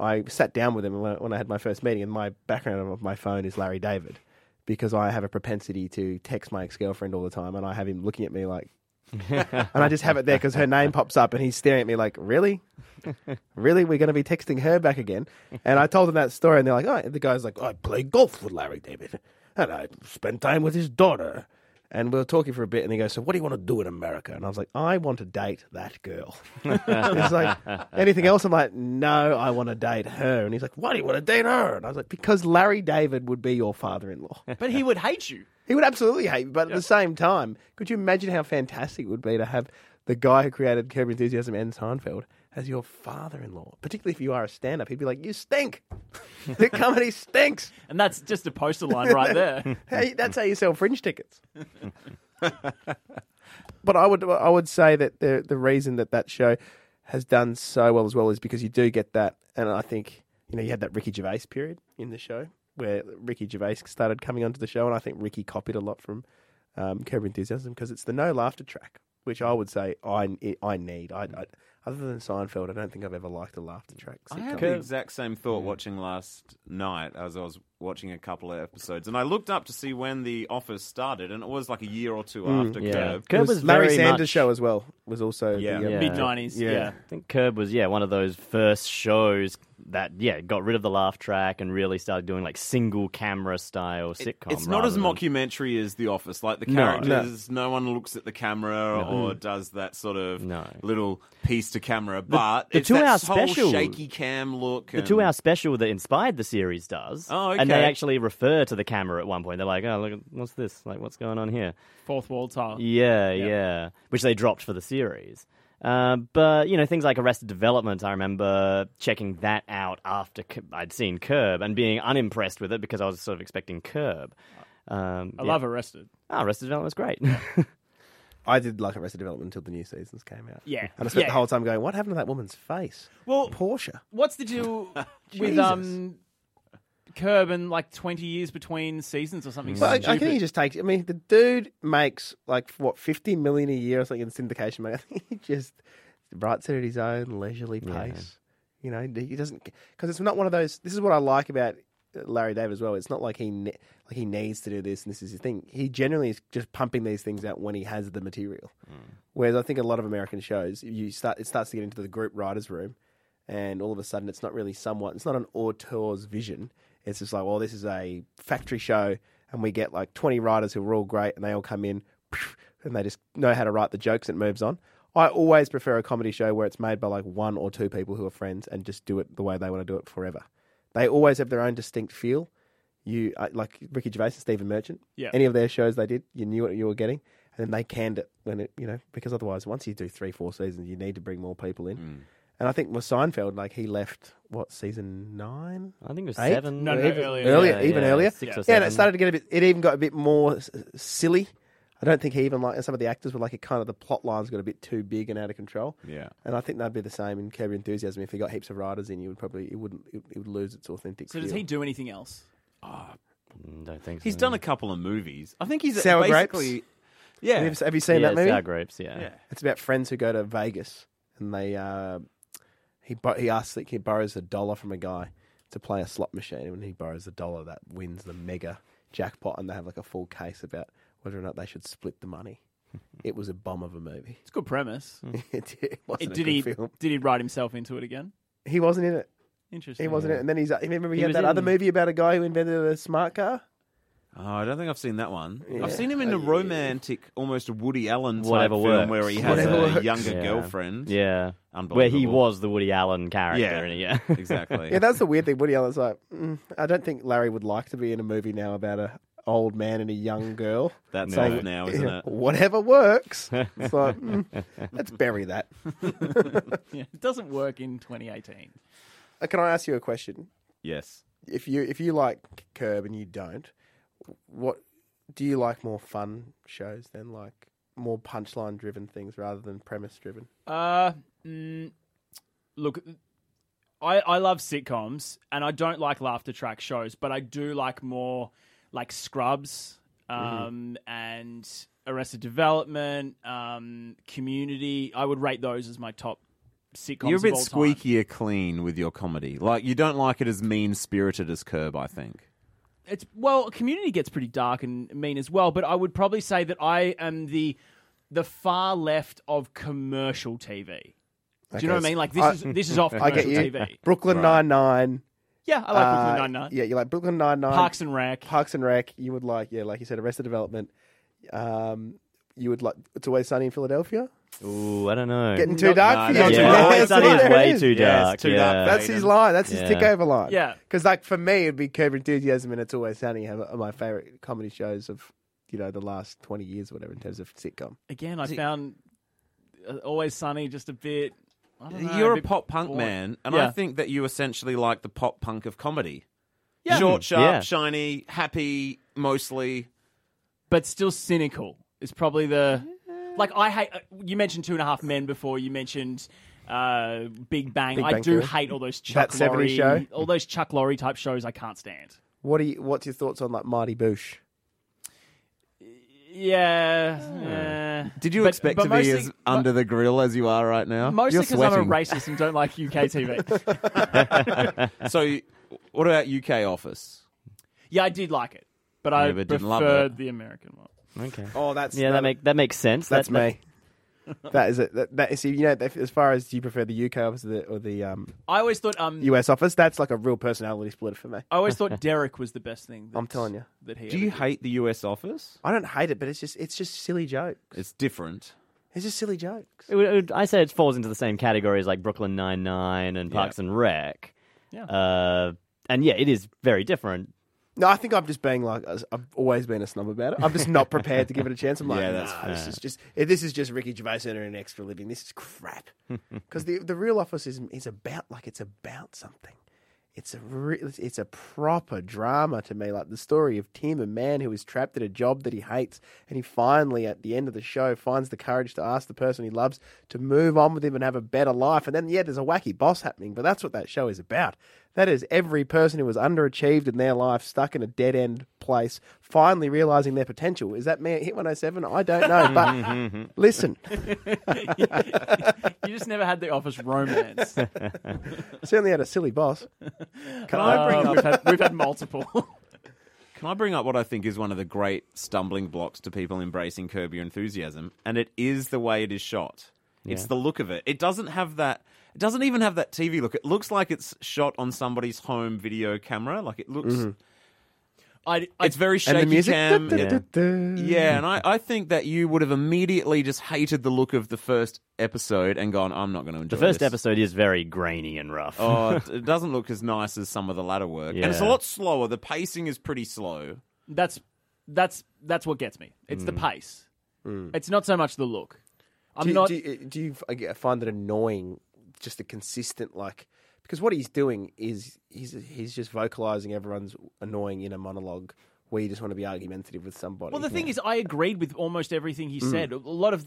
[SPEAKER 8] I sat down with them when I, when I had my first meeting, and my background of my phone is Larry David because I have a propensity to text my ex girlfriend all the time, and I have him looking at me like. and I just have it there because her name pops up, and he's staring at me like, "Really, really, we're going to be texting her back again?" And I told him that story, and they're like, "Oh," and the guy's like, "I play golf with Larry David, and I spend time with his daughter." And we were talking for a bit, and he goes, "So, what do you want to do in America?" And I was like, "I want to date that girl." he's like, "Anything else?" I'm like, "No, I want to date her." And he's like, "Why do you want to date her?" And I was like, "Because Larry David would be your father-in-law."
[SPEAKER 7] But he would hate you.
[SPEAKER 8] He would absolutely hate me, but at the same time, could you imagine how fantastic it would be to have the guy who created Curb Your Enthusiasm and Seinfeld as your father-in-law? Particularly if you are a stand-up, he'd be like, "You stink. the comedy stinks.
[SPEAKER 7] And that's just a poster line right there.
[SPEAKER 8] Hey, that's how you sell fringe tickets." but I would, I would say that the the reason that that show has done so well as well is because you do get that, and I think you know you had that Ricky Gervais period in the show where Ricky Gervais started coming onto the show, and I think Ricky copied a lot from um, Curb Your Enthusiasm because it's the no laughter track, which I would say I I need. I, I other than Seinfeld, I don't think I've ever liked a laughter track.
[SPEAKER 6] I
[SPEAKER 8] sitcom.
[SPEAKER 6] had the exact same thought watching last night as I was watching a couple of episodes, and I looked up to see when The Office started, and it was like a year or two after
[SPEAKER 1] Mm, Yeah.
[SPEAKER 6] Curb.
[SPEAKER 8] It
[SPEAKER 1] Curb
[SPEAKER 8] was
[SPEAKER 1] was
[SPEAKER 8] Larry
[SPEAKER 1] very
[SPEAKER 8] Sanders'
[SPEAKER 1] much-
[SPEAKER 8] show as well was also
[SPEAKER 6] Yeah.
[SPEAKER 8] the, um,
[SPEAKER 1] Yeah.
[SPEAKER 7] Mid nineties.
[SPEAKER 8] Yeah.
[SPEAKER 7] Yeah.
[SPEAKER 1] I think Curb was yeah one of those first shows that yeah got rid of the laugh track and really started doing like single camera style
[SPEAKER 6] It-
[SPEAKER 1] sitcom.
[SPEAKER 6] it's not
[SPEAKER 1] rather
[SPEAKER 6] as
[SPEAKER 1] than-
[SPEAKER 6] mockumentary as The Office. Like the characters, no, one looks at the camera or does that sort of
[SPEAKER 1] Mm. No.
[SPEAKER 6] little piece to camera. But
[SPEAKER 1] the
[SPEAKER 6] it's that
[SPEAKER 1] two-hour
[SPEAKER 6] whole
[SPEAKER 1] special-
[SPEAKER 6] shaky cam look.
[SPEAKER 1] The two hour special that inspired the series does.
[SPEAKER 6] Oh,
[SPEAKER 1] And they
[SPEAKER 6] okay.
[SPEAKER 1] actually refer to the camera at one point. They're like, oh, look, at- what's this? Like, what's going on here?
[SPEAKER 7] Fourth wall tile.
[SPEAKER 1] Yeah, yeah. Which they dropped for the series. Uh, but, you know, things like Arrested Development, I remember checking that out after C- I'd seen Curb and being unimpressed with it because I was sort of expecting Curb. Um,
[SPEAKER 7] I love Arrested.
[SPEAKER 1] Oh, Arrested Development's great.
[SPEAKER 8] I did like Arrested Development until the new seasons came out.
[SPEAKER 7] Yeah.
[SPEAKER 8] and I spent
[SPEAKER 7] Yeah.
[SPEAKER 8] the whole time going, "What happened to that woman's face?"
[SPEAKER 7] Well,
[SPEAKER 8] Portia.
[SPEAKER 7] what's the deal with
[SPEAKER 8] Jesus.
[SPEAKER 7] um, Curb and like twenty years between seasons or something?
[SPEAKER 8] Well, I, I
[SPEAKER 7] stupid?
[SPEAKER 8] think he just takes. I mean, the dude makes like what fifty million a year or something in syndication money. I think he just writes it at his own leisurely pace. You know, he doesn't because it's not one of those. This is what I like about uh, Larry David as well. It's not like he ne- like he needs to do this and this is his thing. He generally is just pumping these things out when he has the material.
[SPEAKER 7] Mm.
[SPEAKER 8] Whereas I think a lot of American shows, you start it starts to get into the group writers' room, and all of a sudden it's not really somewhat it's not an auteur's vision. It's just like, well, this is a factory show, and we get like twenty writers who are all great, and they all come in, and they just know how to write the jokes. and It moves on. I always prefer a comedy show where it's made by like one or two people who are friends and just do it the way they want to do it forever. They always have their own distinct feel. You uh, like Ricky Gervais and Stephen Merchant.
[SPEAKER 7] Yeah.
[SPEAKER 8] Any of their shows they did, you knew what you were getting, and then they canned it when it, you know, because otherwise, once you do three, four seasons, you need to bring more people in. And I think with Seinfeld, like he left what season nine,
[SPEAKER 1] I think it was
[SPEAKER 8] Eight?
[SPEAKER 1] seven.
[SPEAKER 7] No, no,
[SPEAKER 1] even-
[SPEAKER 7] earlier.
[SPEAKER 8] earlier,
[SPEAKER 1] yeah,
[SPEAKER 8] even
[SPEAKER 1] yeah,
[SPEAKER 8] earlier.
[SPEAKER 1] six
[SPEAKER 8] yeah,
[SPEAKER 1] or
[SPEAKER 8] and
[SPEAKER 1] seven.
[SPEAKER 8] it started to get a bit. It even got a bit more s- silly. I don't think he even like some of the actors were like it kind of the plot lines got a bit too big and out of control.
[SPEAKER 6] Yeah.
[SPEAKER 8] and I think that'd be the same in Curb Your Enthusiasm. If you got heaps of writers in, you would probably it wouldn't it, it would lose its authentic.
[SPEAKER 7] So does
[SPEAKER 8] feel.
[SPEAKER 7] he do anything else?
[SPEAKER 1] Mm, Don't think
[SPEAKER 6] He's
[SPEAKER 1] so.
[SPEAKER 6] done a couple of movies. I think he's
[SPEAKER 8] Sour Grapes?
[SPEAKER 6] basically.
[SPEAKER 8] Have
[SPEAKER 6] Yeah.
[SPEAKER 8] you, have you seen
[SPEAKER 1] Yeah,
[SPEAKER 8] that movie?
[SPEAKER 1] sour grapes. Yeah.
[SPEAKER 6] Yeah.
[SPEAKER 8] It's about friends who go to Vegas and they uh, he bo- he asks that he borrows a dollar from a guy to play a slot machine, and when he borrows a dollar, that wins the mega jackpot, and they have like a full case about whether or not they should split the money. It was a bomb of a movie.
[SPEAKER 7] It's a good premise.
[SPEAKER 8] it it wasn't a
[SPEAKER 7] did
[SPEAKER 8] good
[SPEAKER 7] he
[SPEAKER 8] film.
[SPEAKER 7] did he write himself into it again?
[SPEAKER 8] He wasn't in it.
[SPEAKER 7] Interesting.
[SPEAKER 8] He wasn't in it. And then he's uh, remember he,
[SPEAKER 1] He
[SPEAKER 8] had
[SPEAKER 1] was
[SPEAKER 8] that other
[SPEAKER 1] in-
[SPEAKER 8] movie about a guy who invented a smart car.
[SPEAKER 6] Oh, I don't think I've seen that one.
[SPEAKER 8] Yeah.
[SPEAKER 6] I've seen him in a romantic, almost Woody Allen type
[SPEAKER 1] Whatever
[SPEAKER 6] film
[SPEAKER 1] works.
[SPEAKER 6] where he has
[SPEAKER 8] Whatever
[SPEAKER 6] a
[SPEAKER 8] works.
[SPEAKER 6] younger
[SPEAKER 1] Yeah.
[SPEAKER 6] girlfriend.
[SPEAKER 1] Yeah.
[SPEAKER 6] Unbelievable.
[SPEAKER 1] Where he was the Woody Allen character.
[SPEAKER 6] Yeah.
[SPEAKER 1] and he- yeah.
[SPEAKER 6] Exactly.
[SPEAKER 8] Yeah, that's the weird thing. Woody Allen's like, mm, I don't think Larry would like to be in a movie now about a old man and a young girl.
[SPEAKER 6] That's
[SPEAKER 8] saying,
[SPEAKER 6] life now, isn't it?
[SPEAKER 8] Whatever works. It's like, mm, let's bury that.
[SPEAKER 7] Yeah, it doesn't work in 2018.
[SPEAKER 8] Uh, Can I ask you a question?
[SPEAKER 6] Yes.
[SPEAKER 8] If you if you like Curb and you don't, what do you like more fun shows than like more punchline driven things rather than premise driven?
[SPEAKER 7] Uh, mm, look, I I love sitcoms, and I don't like laughter track shows, but I do like more like Scrubs,
[SPEAKER 8] Mm-hmm.
[SPEAKER 7] um, and Arrested Development, um, Community. I would rate those as my top sitcoms.
[SPEAKER 6] You're a bit
[SPEAKER 7] of all time.
[SPEAKER 6] squeakier clean with your comedy. Like, you don't like it as mean spirited as Curb, I think.
[SPEAKER 7] it's well, community gets pretty dark and mean as well, but I would probably say that I am the the far left of commercial TV. Do you know what I mean? Like this
[SPEAKER 8] I-
[SPEAKER 7] is this is off
[SPEAKER 8] I
[SPEAKER 7] commercial
[SPEAKER 8] get you.
[SPEAKER 7] TV.
[SPEAKER 8] Brooklyn Nine Nine.
[SPEAKER 7] Yeah, I like Brooklyn
[SPEAKER 8] uh,
[SPEAKER 7] Nine Nine.
[SPEAKER 8] Yeah, you like Brooklyn Nine Nine.
[SPEAKER 7] Parks and Rec.
[SPEAKER 8] Parks and Rec. You would like, yeah, like you said, Arrested Development. Um, you would like It's Always Sunny in Philadelphia.
[SPEAKER 1] Ooh, I don't know.
[SPEAKER 8] Getting too dark
[SPEAKER 6] no,
[SPEAKER 8] for
[SPEAKER 6] no,
[SPEAKER 8] you.
[SPEAKER 6] no,
[SPEAKER 1] yeah.
[SPEAKER 6] dark.
[SPEAKER 8] That's
[SPEAKER 1] Always Sunny
[SPEAKER 8] what
[SPEAKER 1] is
[SPEAKER 8] it
[SPEAKER 1] way
[SPEAKER 8] is.
[SPEAKER 1] too
[SPEAKER 6] Yeah, it's
[SPEAKER 1] dark.
[SPEAKER 6] too
[SPEAKER 1] yeah.
[SPEAKER 6] dark.
[SPEAKER 8] That's his line. That's
[SPEAKER 1] Yeah.
[SPEAKER 8] his tick over line.
[SPEAKER 7] Yeah.
[SPEAKER 8] Because like for me, it'd be Curb Your Enthusiasm and It's Always Sunny have are my favorite comedy shows of you know the last twenty years or whatever in terms of sitcom.
[SPEAKER 7] Again, I found uh, Always Sunny just a bit. I don't know,
[SPEAKER 6] You're a
[SPEAKER 7] bit
[SPEAKER 6] pop punk
[SPEAKER 7] boring.
[SPEAKER 6] man, and I
[SPEAKER 7] Yeah.
[SPEAKER 6] think that you essentially like the pop punk of comedy. Short, sharp,
[SPEAKER 1] Yeah.
[SPEAKER 6] shiny, happy, mostly.
[SPEAKER 7] but still cynical. Is probably the like I hate. uh, You mentioned Two and a Half Men before. You mentioned uh, Big Bang.
[SPEAKER 8] Big
[SPEAKER 7] I
[SPEAKER 8] Bang
[SPEAKER 7] do
[SPEAKER 8] Theory.
[SPEAKER 7] hate all those Chuck
[SPEAKER 8] That 70s
[SPEAKER 7] Lorre,
[SPEAKER 8] show.
[SPEAKER 7] all those Chuck Lorre type shows. I can't stand.
[SPEAKER 8] What are you? What's your thoughts on like Marty Boosh?
[SPEAKER 7] Yeah.
[SPEAKER 6] Hmm.
[SPEAKER 7] eh.
[SPEAKER 6] Did you
[SPEAKER 7] But-
[SPEAKER 6] expect
[SPEAKER 7] but
[SPEAKER 6] to be
[SPEAKER 7] mostly-
[SPEAKER 6] as
[SPEAKER 7] but-
[SPEAKER 6] under the grill as you are right now?
[SPEAKER 7] Mostly
[SPEAKER 6] You're
[SPEAKER 7] because I'm a
[SPEAKER 6] sweating.
[SPEAKER 7] racist and don't like UK TV.
[SPEAKER 6] So, what about UK Office?
[SPEAKER 7] yeah, I did like it, but I
[SPEAKER 6] Yeah, but didn't love
[SPEAKER 7] preferred
[SPEAKER 6] it.
[SPEAKER 7] the American one.
[SPEAKER 1] Okay.
[SPEAKER 8] Oh, that's
[SPEAKER 1] Yeah, that make that makes sense.
[SPEAKER 8] That's
[SPEAKER 1] that, that-
[SPEAKER 8] me. that is it. That, that is you know. If, as far as do you prefer the UK office or the, or the um,
[SPEAKER 7] I always thought um,
[SPEAKER 8] US office, that's like a real personality splitter for me.
[SPEAKER 7] I always thought Derek was the best thing. That,
[SPEAKER 8] I'm telling you.
[SPEAKER 7] that he.
[SPEAKER 6] Do you
[SPEAKER 7] ever did.
[SPEAKER 6] hate the US Office?
[SPEAKER 8] I don't hate it, but it's just it's just silly jokes.
[SPEAKER 6] It's different.
[SPEAKER 8] It's just silly jokes.
[SPEAKER 1] It would, it would- I say it falls into the same category as like Brooklyn Nine Nine and Parks and Rec.
[SPEAKER 7] Yeah.
[SPEAKER 1] Uh, and yeah, it is very different.
[SPEAKER 8] No, I think I'm just being like I've always been a snob about it. I'm just not prepared to give it a chance. I'm like,
[SPEAKER 6] Yeah, that's
[SPEAKER 8] nah, this is just this is just Ricky Gervais earning an extra living. This is crap. Because the the real office is is about like it's about something. It's a re- it's a proper drama to me, like the story of Tim, a man who is trapped at a job that he hates, and he finally, at the end of the show, finds the courage to ask the person he loves to move on with him and have a better life. And then, yeah, there's a wacky boss happening, but that's what that show is about. That is every person who was underachieved in their life, stuck in a dead end place, finally realizing their potential. Is that me at Hit 107? I don't know. But listen,
[SPEAKER 7] You just never had the office romance.
[SPEAKER 8] certainly had a silly boss. Can I bring
[SPEAKER 7] Uh,
[SPEAKER 8] up
[SPEAKER 7] we've, had, we've had multiple.
[SPEAKER 6] Can I bring up what I think is one of the great stumbling blocks to people embracing Curb Your Enthusiasm? And it is the way it is shot. It's the look of it. It doesn't have that. It doesn't even have that TV look. It looks like it's shot on somebody's home video camera. Like it looks.
[SPEAKER 7] I, I,
[SPEAKER 6] It's very shaky
[SPEAKER 8] and the music?
[SPEAKER 6] cam.
[SPEAKER 8] Du-
[SPEAKER 6] yeah.
[SPEAKER 8] du- du- du.
[SPEAKER 6] Yeah, and I, I think that you would have immediately just hated the look of the first episode and gone, I'm not going to enjoy
[SPEAKER 1] The first
[SPEAKER 6] this."
[SPEAKER 1] episode is very grainy and rough.
[SPEAKER 6] oh, it- it doesn't look as nice as some of the latter work. And it's a
[SPEAKER 1] Yeah.
[SPEAKER 6] lot slower. The pacing is pretty slow.
[SPEAKER 7] that's that's that's what gets me. It's
[SPEAKER 6] Hmm.
[SPEAKER 7] the pace.
[SPEAKER 8] Hmm.
[SPEAKER 7] It's not so much the look. I'm
[SPEAKER 8] do, you-
[SPEAKER 7] not.
[SPEAKER 8] do, you- do you I get- find it annoying just the consistent like because what he's doing is he's he's just vocalizing everyone's annoying in a monologue where you just want to be argumentative with somebody.
[SPEAKER 7] Well, the thing is, I agreed with almost everything he said. A lot of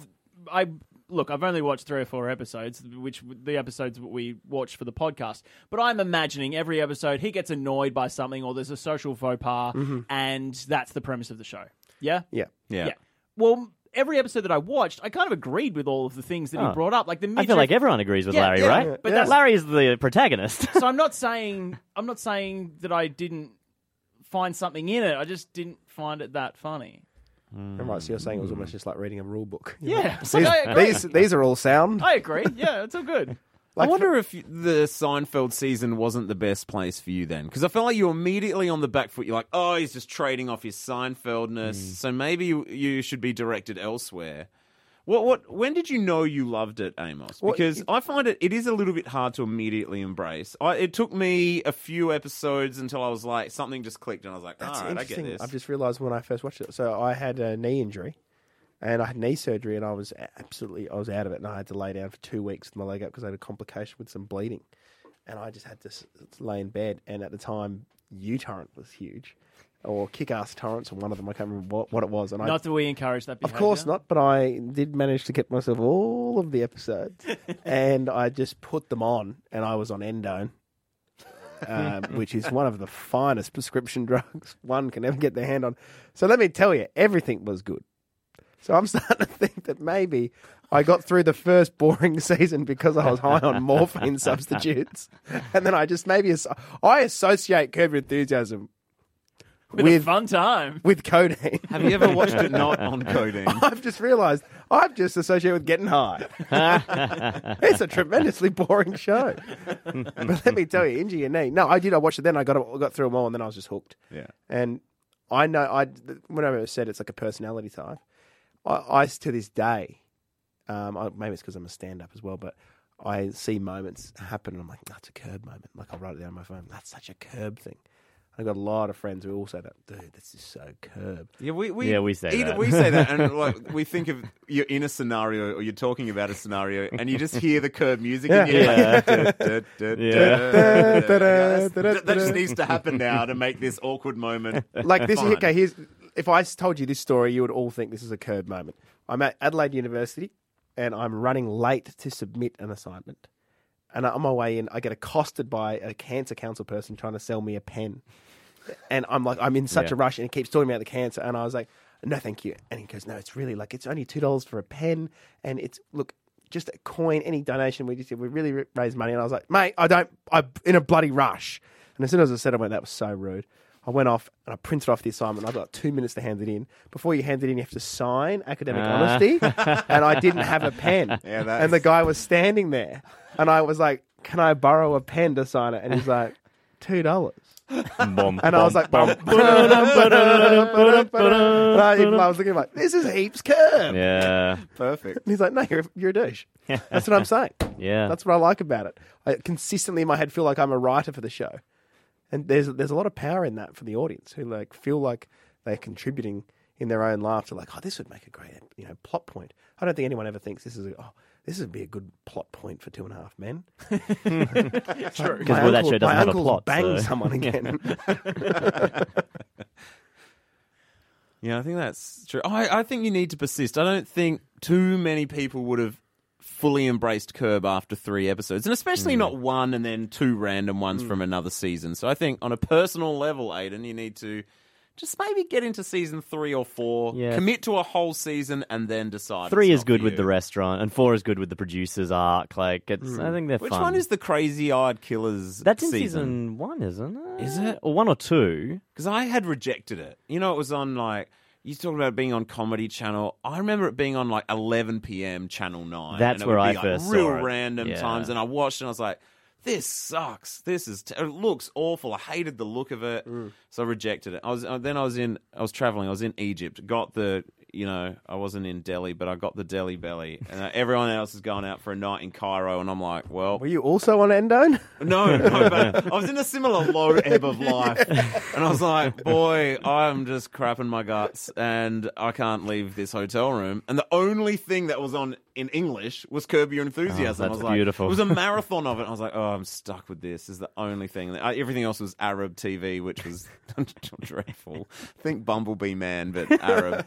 [SPEAKER 7] I look, I've only watched three or four episodes, which w- the episodes we watched for the podcast. But I'm imagining every episode he gets annoyed by something, or there's a social faux pas, and that's the premise of the show. Yeah,
[SPEAKER 8] yeah.
[SPEAKER 6] Yeah.
[SPEAKER 7] Well, every episode that I watched, I kind of agreed with all of the things that he
[SPEAKER 1] Oh.
[SPEAKER 7] brought up, like the
[SPEAKER 1] I
[SPEAKER 7] midriff
[SPEAKER 1] feel like everyone agrees with
[SPEAKER 7] Yeah,
[SPEAKER 1] Larry,
[SPEAKER 7] yeah,
[SPEAKER 1] right?
[SPEAKER 7] yeah,
[SPEAKER 1] but
[SPEAKER 7] but that's-
[SPEAKER 1] Larry is the protagonist.
[SPEAKER 7] so I'm not saying I'm not saying that I didn't find something in it. I just didn't find it that funny.
[SPEAKER 8] Right, so you're saying it was almost just like reading a rule book.
[SPEAKER 7] Yeah, so
[SPEAKER 8] These,
[SPEAKER 7] I agree.
[SPEAKER 8] these these are all sound.
[SPEAKER 7] I agree. Yeah, it's all good.
[SPEAKER 8] Like,
[SPEAKER 6] I wonder if you- the Seinfeld season wasn't the best place for you then, because I felt like you were immediately on the back foot. You're like, oh, he's just trading off his Seinfeldness, so maybe you, you should be directed elsewhere. What? What? When did you know you loved it, Amos?
[SPEAKER 8] Well,
[SPEAKER 6] Because
[SPEAKER 8] it-
[SPEAKER 6] I find it it is a little bit hard to immediately embrace. I, it took me a few episodes until I was like something just clicked, and I was like,
[SPEAKER 8] That's
[SPEAKER 6] all right, I get
[SPEAKER 8] interesting.
[SPEAKER 6] this.
[SPEAKER 8] I've just realised when I first watched it. So I had a knee injury, and I had knee surgery, and I was a- absolutely I was out of it, and I had to lay down for two weeks with my leg up because I had a complication with some bleeding, and I just had to s- lay in bed. And at the time, U torrent was huge, or kick ass torrents, or one of them I can't remember what, what it was. And I
[SPEAKER 7] Not that we encourage that.
[SPEAKER 8] of
[SPEAKER 7] Behavior.
[SPEAKER 8] course not, but I did manage to get myself all of the episodes, and I just put them on, and I was on endone, um, which is one of the finest prescription drugs one can ever get their hand on. So let me tell you, everything was good. So I'm starting to think that maybe I got through the first boring season because I was high on morphine substitutes, and then I just maybe as- I associate Curb Your Enthusiasm
[SPEAKER 7] With, a
[SPEAKER 8] with
[SPEAKER 7] fun time.
[SPEAKER 8] with codeine.
[SPEAKER 6] Have you ever watched it not on codeine?
[SPEAKER 8] I've just realised I've just associated with getting high. it's a tremendously boring show. but let me tell you, injure your knee. No, I did. I watched it then. I got got through them all, and then I was just hooked.
[SPEAKER 6] Yeah.
[SPEAKER 8] And I know I whenever I said it's like a personality type. I, I to this day, um, I, maybe it's because I'm a stand up as well, but. I see moments happen, and I'm like, "That's a curb moment." Like I'll write it down on my phone. That's such a curb thing. I've got a lot of friends who all say that. Dude, this is so curb.
[SPEAKER 6] Yeah, we, we
[SPEAKER 1] Yeah, we say
[SPEAKER 6] either
[SPEAKER 1] that.
[SPEAKER 6] we say that, and like we think of you're in a scenario or you're talking about a scenario, and you just hear the curb music. Yeah,
[SPEAKER 1] Yeah.
[SPEAKER 6] that that just needs to happen now to make this awkward moment.
[SPEAKER 8] like this.
[SPEAKER 6] fun.
[SPEAKER 8] Okay, here's if I told you this story, you would all think this is a curb moment. I'm at Adelaide University, and I'm running late to submit an assignment. And on my way in, I get accosted by a cancer council person trying to sell me a pen. And I'm like, I'm in such a
[SPEAKER 1] Yeah.
[SPEAKER 8] rush, and he keeps talking about the cancer. And I was like, no, thank you. And he goes, no, it's really like it's only two dollars for a pen, and it's look. Just a coin, any donation we just did, we really ra- raised money. And I was like, mate, I don't, I'm in a bloody rush. And as soon as I said, I went, that was so rude. I went off and I printed off the assignment. I've got two minutes to hand it in. Before you hand it in, you have to sign academic honesty. And I didn't have a pen.
[SPEAKER 6] Yeah, that's-
[SPEAKER 8] and the guy was standing there. And I was like, Can I borrow a pen to sign it? And he's like, Two dollars.
[SPEAKER 1] Bum,
[SPEAKER 8] And I was
[SPEAKER 1] bum,
[SPEAKER 8] like,
[SPEAKER 1] bum.
[SPEAKER 8] and I, even- I was looking like, This is heaps curb.
[SPEAKER 1] yeah,
[SPEAKER 6] Perfect.
[SPEAKER 8] And he's like, No, you're, you're a douche. That's what I'm saying.
[SPEAKER 1] yeah.
[SPEAKER 8] That's what I like about it. I consistently in my head feel like I'm a writer for the show, and there's there's a lot of power in that for the audience who like feel like they're contributing in their own laughter. Like, oh, this would make a great you know plot point. I don't think anyone ever thinks this is a, oh this would be a good plot point for Two and a Half Men. True, because
[SPEAKER 1] well, that show doesn't
[SPEAKER 8] my
[SPEAKER 1] have a
[SPEAKER 8] uncle
[SPEAKER 1] plot,
[SPEAKER 8] Banged
[SPEAKER 1] so-
[SPEAKER 8] someone again.
[SPEAKER 6] Yeah, I think that's true. I, I think you need to persist. I don't think too many people would have fully embraced Curb after three episodes, and
[SPEAKER 1] Mm.
[SPEAKER 6] especially not one and then two random ones from another season. So I think on a personal level, Aiden, you need to just maybe get into season three or four,
[SPEAKER 1] Yeah.
[SPEAKER 6] commit to a whole season, and then decide.
[SPEAKER 1] Three
[SPEAKER 6] it's
[SPEAKER 1] is
[SPEAKER 6] not
[SPEAKER 1] good
[SPEAKER 6] for
[SPEAKER 1] with
[SPEAKER 6] you.
[SPEAKER 1] the restaurant, and four is good with the producer's arc. Like, it's, I think they're
[SPEAKER 6] Mm. Which
[SPEAKER 1] fun.
[SPEAKER 6] one is the Crazy Eyed Killers?
[SPEAKER 1] That's in season one, isn't it?
[SPEAKER 6] Is it?
[SPEAKER 1] Or one or two.
[SPEAKER 6] because I had rejected it. You know, it was on like you talked about it being on Comedy Channel. I remember it being on like 11 p.m. Channel Nine.
[SPEAKER 1] That's
[SPEAKER 6] and it
[SPEAKER 1] where
[SPEAKER 6] would be,
[SPEAKER 1] I first
[SPEAKER 6] like, real
[SPEAKER 1] saw it.
[SPEAKER 6] random
[SPEAKER 1] Yeah.
[SPEAKER 6] times, and I watched and I was like. This sucks. This is ter- it looks awful. I hated the look of it, so I rejected it. I was uh, then I was in I was traveling. I was in Egypt. Got the you know I wasn't in Delhi, but I got the Delhi belly, and uh, everyone else has gone out for a night in Cairo, and I'm like, well,
[SPEAKER 8] Were you also on Endone?
[SPEAKER 6] no, no, but I was in a similar low ebb of life. And I was like, boy, I'm just crapping my guts and I can't leave this hotel room. And the only thing that was on in English was Curb Your Enthusiasm.
[SPEAKER 1] Oh, that's
[SPEAKER 6] I was like,
[SPEAKER 1] beautiful.
[SPEAKER 6] It was a marathon of it. I was like, oh, I'm stuck with this. This is the only thing. I, everything else was Arab TV, which was dreadful. Think Bumblebee Man, but Arab.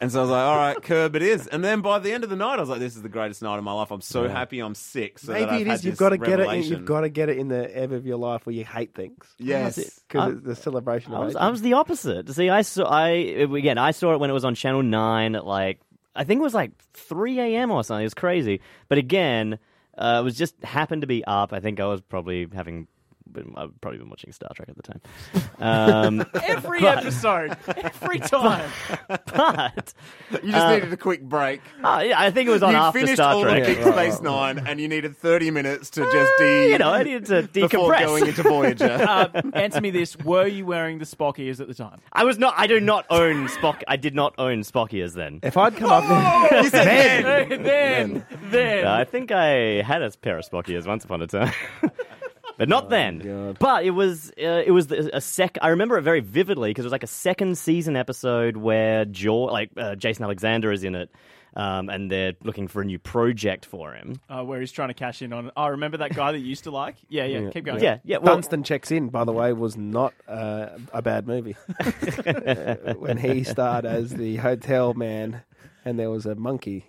[SPEAKER 6] And so I was like, all right, Curb it is. And then by the end of the night, I was like, this is the greatest night of my life. I'm so happy I'm sick. So that
[SPEAKER 8] Maybe
[SPEAKER 6] I've
[SPEAKER 8] it
[SPEAKER 6] had
[SPEAKER 8] is. You've
[SPEAKER 6] this
[SPEAKER 8] got to get it. In,
[SPEAKER 6] revelation.
[SPEAKER 8] you've got to get it in the ebb of your life where you hate things.
[SPEAKER 6] Yes.
[SPEAKER 1] I-
[SPEAKER 8] because it's the celebration.
[SPEAKER 1] I
[SPEAKER 8] of
[SPEAKER 1] was,
[SPEAKER 8] aging.
[SPEAKER 1] I was the opposite. See, I saw I again. I saw it when it was on Channel Nine at like I think it was like three a.m. or something. It was crazy. But again, uh, it was just happened to be up. I think I was probably having. Been, I've probably been watching Star Trek at the time. Um,
[SPEAKER 7] Every
[SPEAKER 1] But-
[SPEAKER 7] episode, every time.
[SPEAKER 1] but
[SPEAKER 6] You just needed a quick break.
[SPEAKER 1] uh, yeah, I think it was on
[SPEAKER 6] you
[SPEAKER 1] after
[SPEAKER 6] finished
[SPEAKER 1] Star
[SPEAKER 6] all
[SPEAKER 1] Trek. Uh,
[SPEAKER 6] of Deep Space Nine, and you needed 30 minutes to just de-
[SPEAKER 1] you know, I needed to
[SPEAKER 6] before
[SPEAKER 1] decompress.
[SPEAKER 6] going into Voyager.
[SPEAKER 7] Uh, answer me this: Were you wearing the Spock ears at the time?
[SPEAKER 1] I was not. I do not own Spock. I did not own Spock ears then.
[SPEAKER 8] If I'd come up,
[SPEAKER 6] you said then.
[SPEAKER 7] then, then,
[SPEAKER 1] Uh, I think I had a pair of Spock ears once upon a time. But
[SPEAKER 6] Oh,
[SPEAKER 1] not then.
[SPEAKER 8] God.
[SPEAKER 1] But it was uh, it was the- a sec. I remember it very vividly because it was like a second season episode where Jaw, like uh, Jason Alexander, is in it, um, and they're looking for a new project for him.
[SPEAKER 6] Oh,
[SPEAKER 7] Uh, where he's trying to cash in on. Oh, remember that guy that you used to like? Yeah, yeah. Keep going.
[SPEAKER 1] Yeah, yeah. Well,
[SPEAKER 8] Dunstan checks in. By the way, was not uh, a bad movie Uh, when he starred as the hotel man, and there was a monkey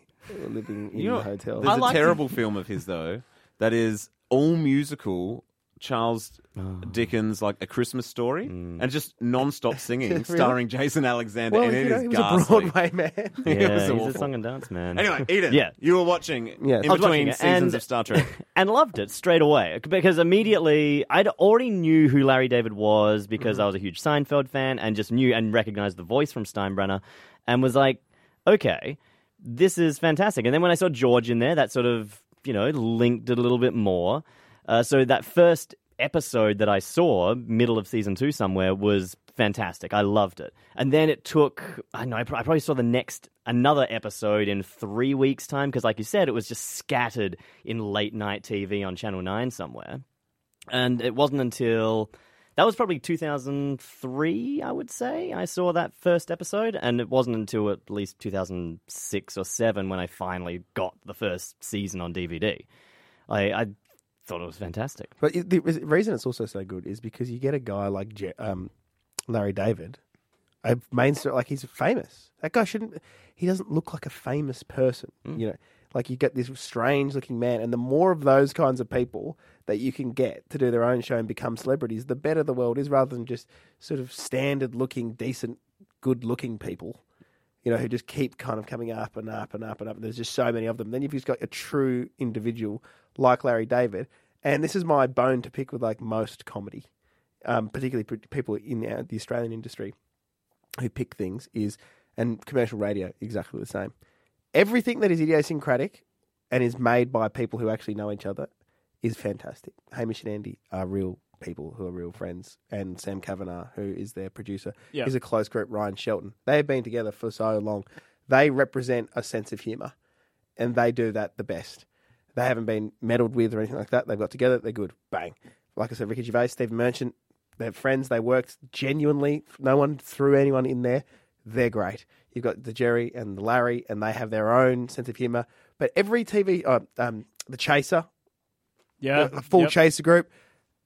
[SPEAKER 8] living in
[SPEAKER 6] You know,
[SPEAKER 8] the hotel.
[SPEAKER 6] There's a
[SPEAKER 7] like to-
[SPEAKER 6] terrible film of his, though, that is all musical. Charles
[SPEAKER 1] Oh.
[SPEAKER 6] Dickens, like A Christmas Story,
[SPEAKER 1] Mm.
[SPEAKER 6] and just non-stop singing, starring Jason Alexander,
[SPEAKER 8] well,
[SPEAKER 6] and
[SPEAKER 8] you
[SPEAKER 6] it
[SPEAKER 8] know,
[SPEAKER 6] is
[SPEAKER 8] he was
[SPEAKER 6] ghastly.
[SPEAKER 8] a Broadway man.
[SPEAKER 1] yeah,
[SPEAKER 6] it was
[SPEAKER 1] he's
[SPEAKER 6] awful.
[SPEAKER 1] a song and dance man.
[SPEAKER 6] Anyway, Eden,
[SPEAKER 1] Yeah.
[SPEAKER 6] you were watching
[SPEAKER 8] Yes.
[SPEAKER 6] in
[SPEAKER 8] I
[SPEAKER 1] was watching
[SPEAKER 6] between
[SPEAKER 1] it,
[SPEAKER 6] seasons
[SPEAKER 1] and-
[SPEAKER 6] of Star Trek.
[SPEAKER 1] and loved it straight away because immediately I'd already knew who Larry David was
[SPEAKER 6] Mm-hmm.
[SPEAKER 1] because I was a huge Seinfeld fan and just knew and recognized the voice from Steinbrenner and was like, okay, this is fantastic. And then when I saw George in there, that sort of you know linked it a little bit more. Uh, so that first episode that I saw, middle of season two somewhere, was fantastic. I loved it. And then it took, I don't know, I pro- I probably saw the next, another episode in three weeks' time, because like you said, it was just scattered in late night TV on Channel 9 somewhere. And it wasn't until. That was probably 2003, I would say. I saw that first episode, and it wasn't until at least 2006 or 7 when I finally got the first season on DVD. I, I thought it was fantastic.
[SPEAKER 8] But it- the re- reason it's also so good is because you get a guy like Je- um, Larry David, a mainstream like he's famous. That guy shouldn't. He doesn't look like a famous person, you know. Like you get this strange looking man, and the more of those kinds of people that you can get to do their own show and become celebrities, the better the world is. Rather than just sort of standard looking, decent, good looking people, you know, who just keep kind of coming up and up and up and up. And there's just so many of them. Then you've just got a true individual like Larry David. And this is my bone to pick with like most comedy, um, particularly p- people in the, the Australian industry who pick things is, and commercial radio exactly the same. Everything that is idiosyncratic and is made by people who actually know each other is fantastic. Hamish and Andy are real people who are real friends, and Sam Kavanagh, who is their producer,
[SPEAKER 7] Yeah.
[SPEAKER 8] is a close group. Ryan Shelton. They have been together for so long. They represent a sense of humour, and they do that the best. They haven't been meddled with or anything like that. They've got together. They're good. Bang. Like I said, Ricky Gervais, Steve Merchant, they're friends. They worked genuinely. No one threw anyone in there. They're great. You've got the Jerry and the Larry, and they have their own sense of humour. But every TV, uh, um, the Chaser,
[SPEAKER 7] yeah.
[SPEAKER 8] a full
[SPEAKER 7] Yep.
[SPEAKER 8] chaser group.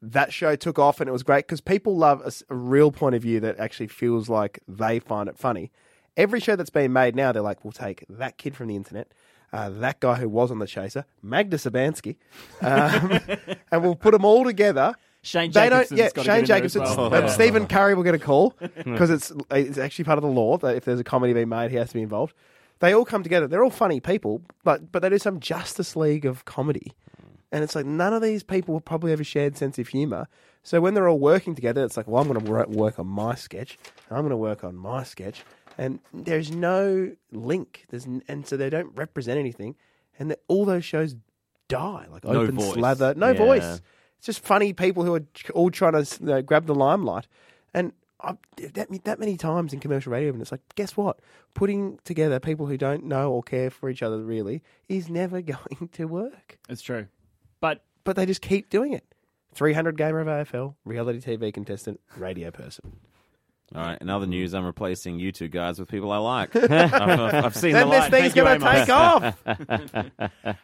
[SPEAKER 8] That show took off and it was great because people love a, s- a real point of view that actually feels like they find it funny. Every show that's been made now, they're like, we'll take that kid from the internet uh, that guy who was on the chaser, Magnus Sabansky, um, and we'll put them all together.
[SPEAKER 7] Shane
[SPEAKER 8] They don't.
[SPEAKER 7] Jacobson's
[SPEAKER 8] Yeah, Shane
[SPEAKER 7] gotta get in there as
[SPEAKER 8] Jacobson.
[SPEAKER 7] well.
[SPEAKER 8] um, Stephen Curry will get a call because it's it's actually part of the law that if there's a comedy being made, he has to be involved. They all come together. They're all funny people, but but they do some Justice League of comedy, and it's like none of these people will probably have a shared sense of humor. So when they're all working together, it's like, well, I'm going to work on my sketch, and I'm going to work on my sketch, and there's no link. There's n- and so they don't represent anything, and that all those shows die like
[SPEAKER 6] No
[SPEAKER 8] open
[SPEAKER 6] voice.
[SPEAKER 8] slather, no
[SPEAKER 1] Yeah.
[SPEAKER 8] voice. It's just funny people who are ch- all trying to you know, grab the limelight. And I, that that many times in commercial radio, and it's like, guess what? Putting together people who don't know or care for each other really is never going to work.
[SPEAKER 7] It's true. But
[SPEAKER 8] But they just keep doing it. 300 gamer of AFL, reality TV contestant, radio person.
[SPEAKER 6] All right. In other news, I'm replacing you two guys with people I like. I've, I've- I've seen the
[SPEAKER 8] Then this
[SPEAKER 6] light.
[SPEAKER 8] thing's going to take off.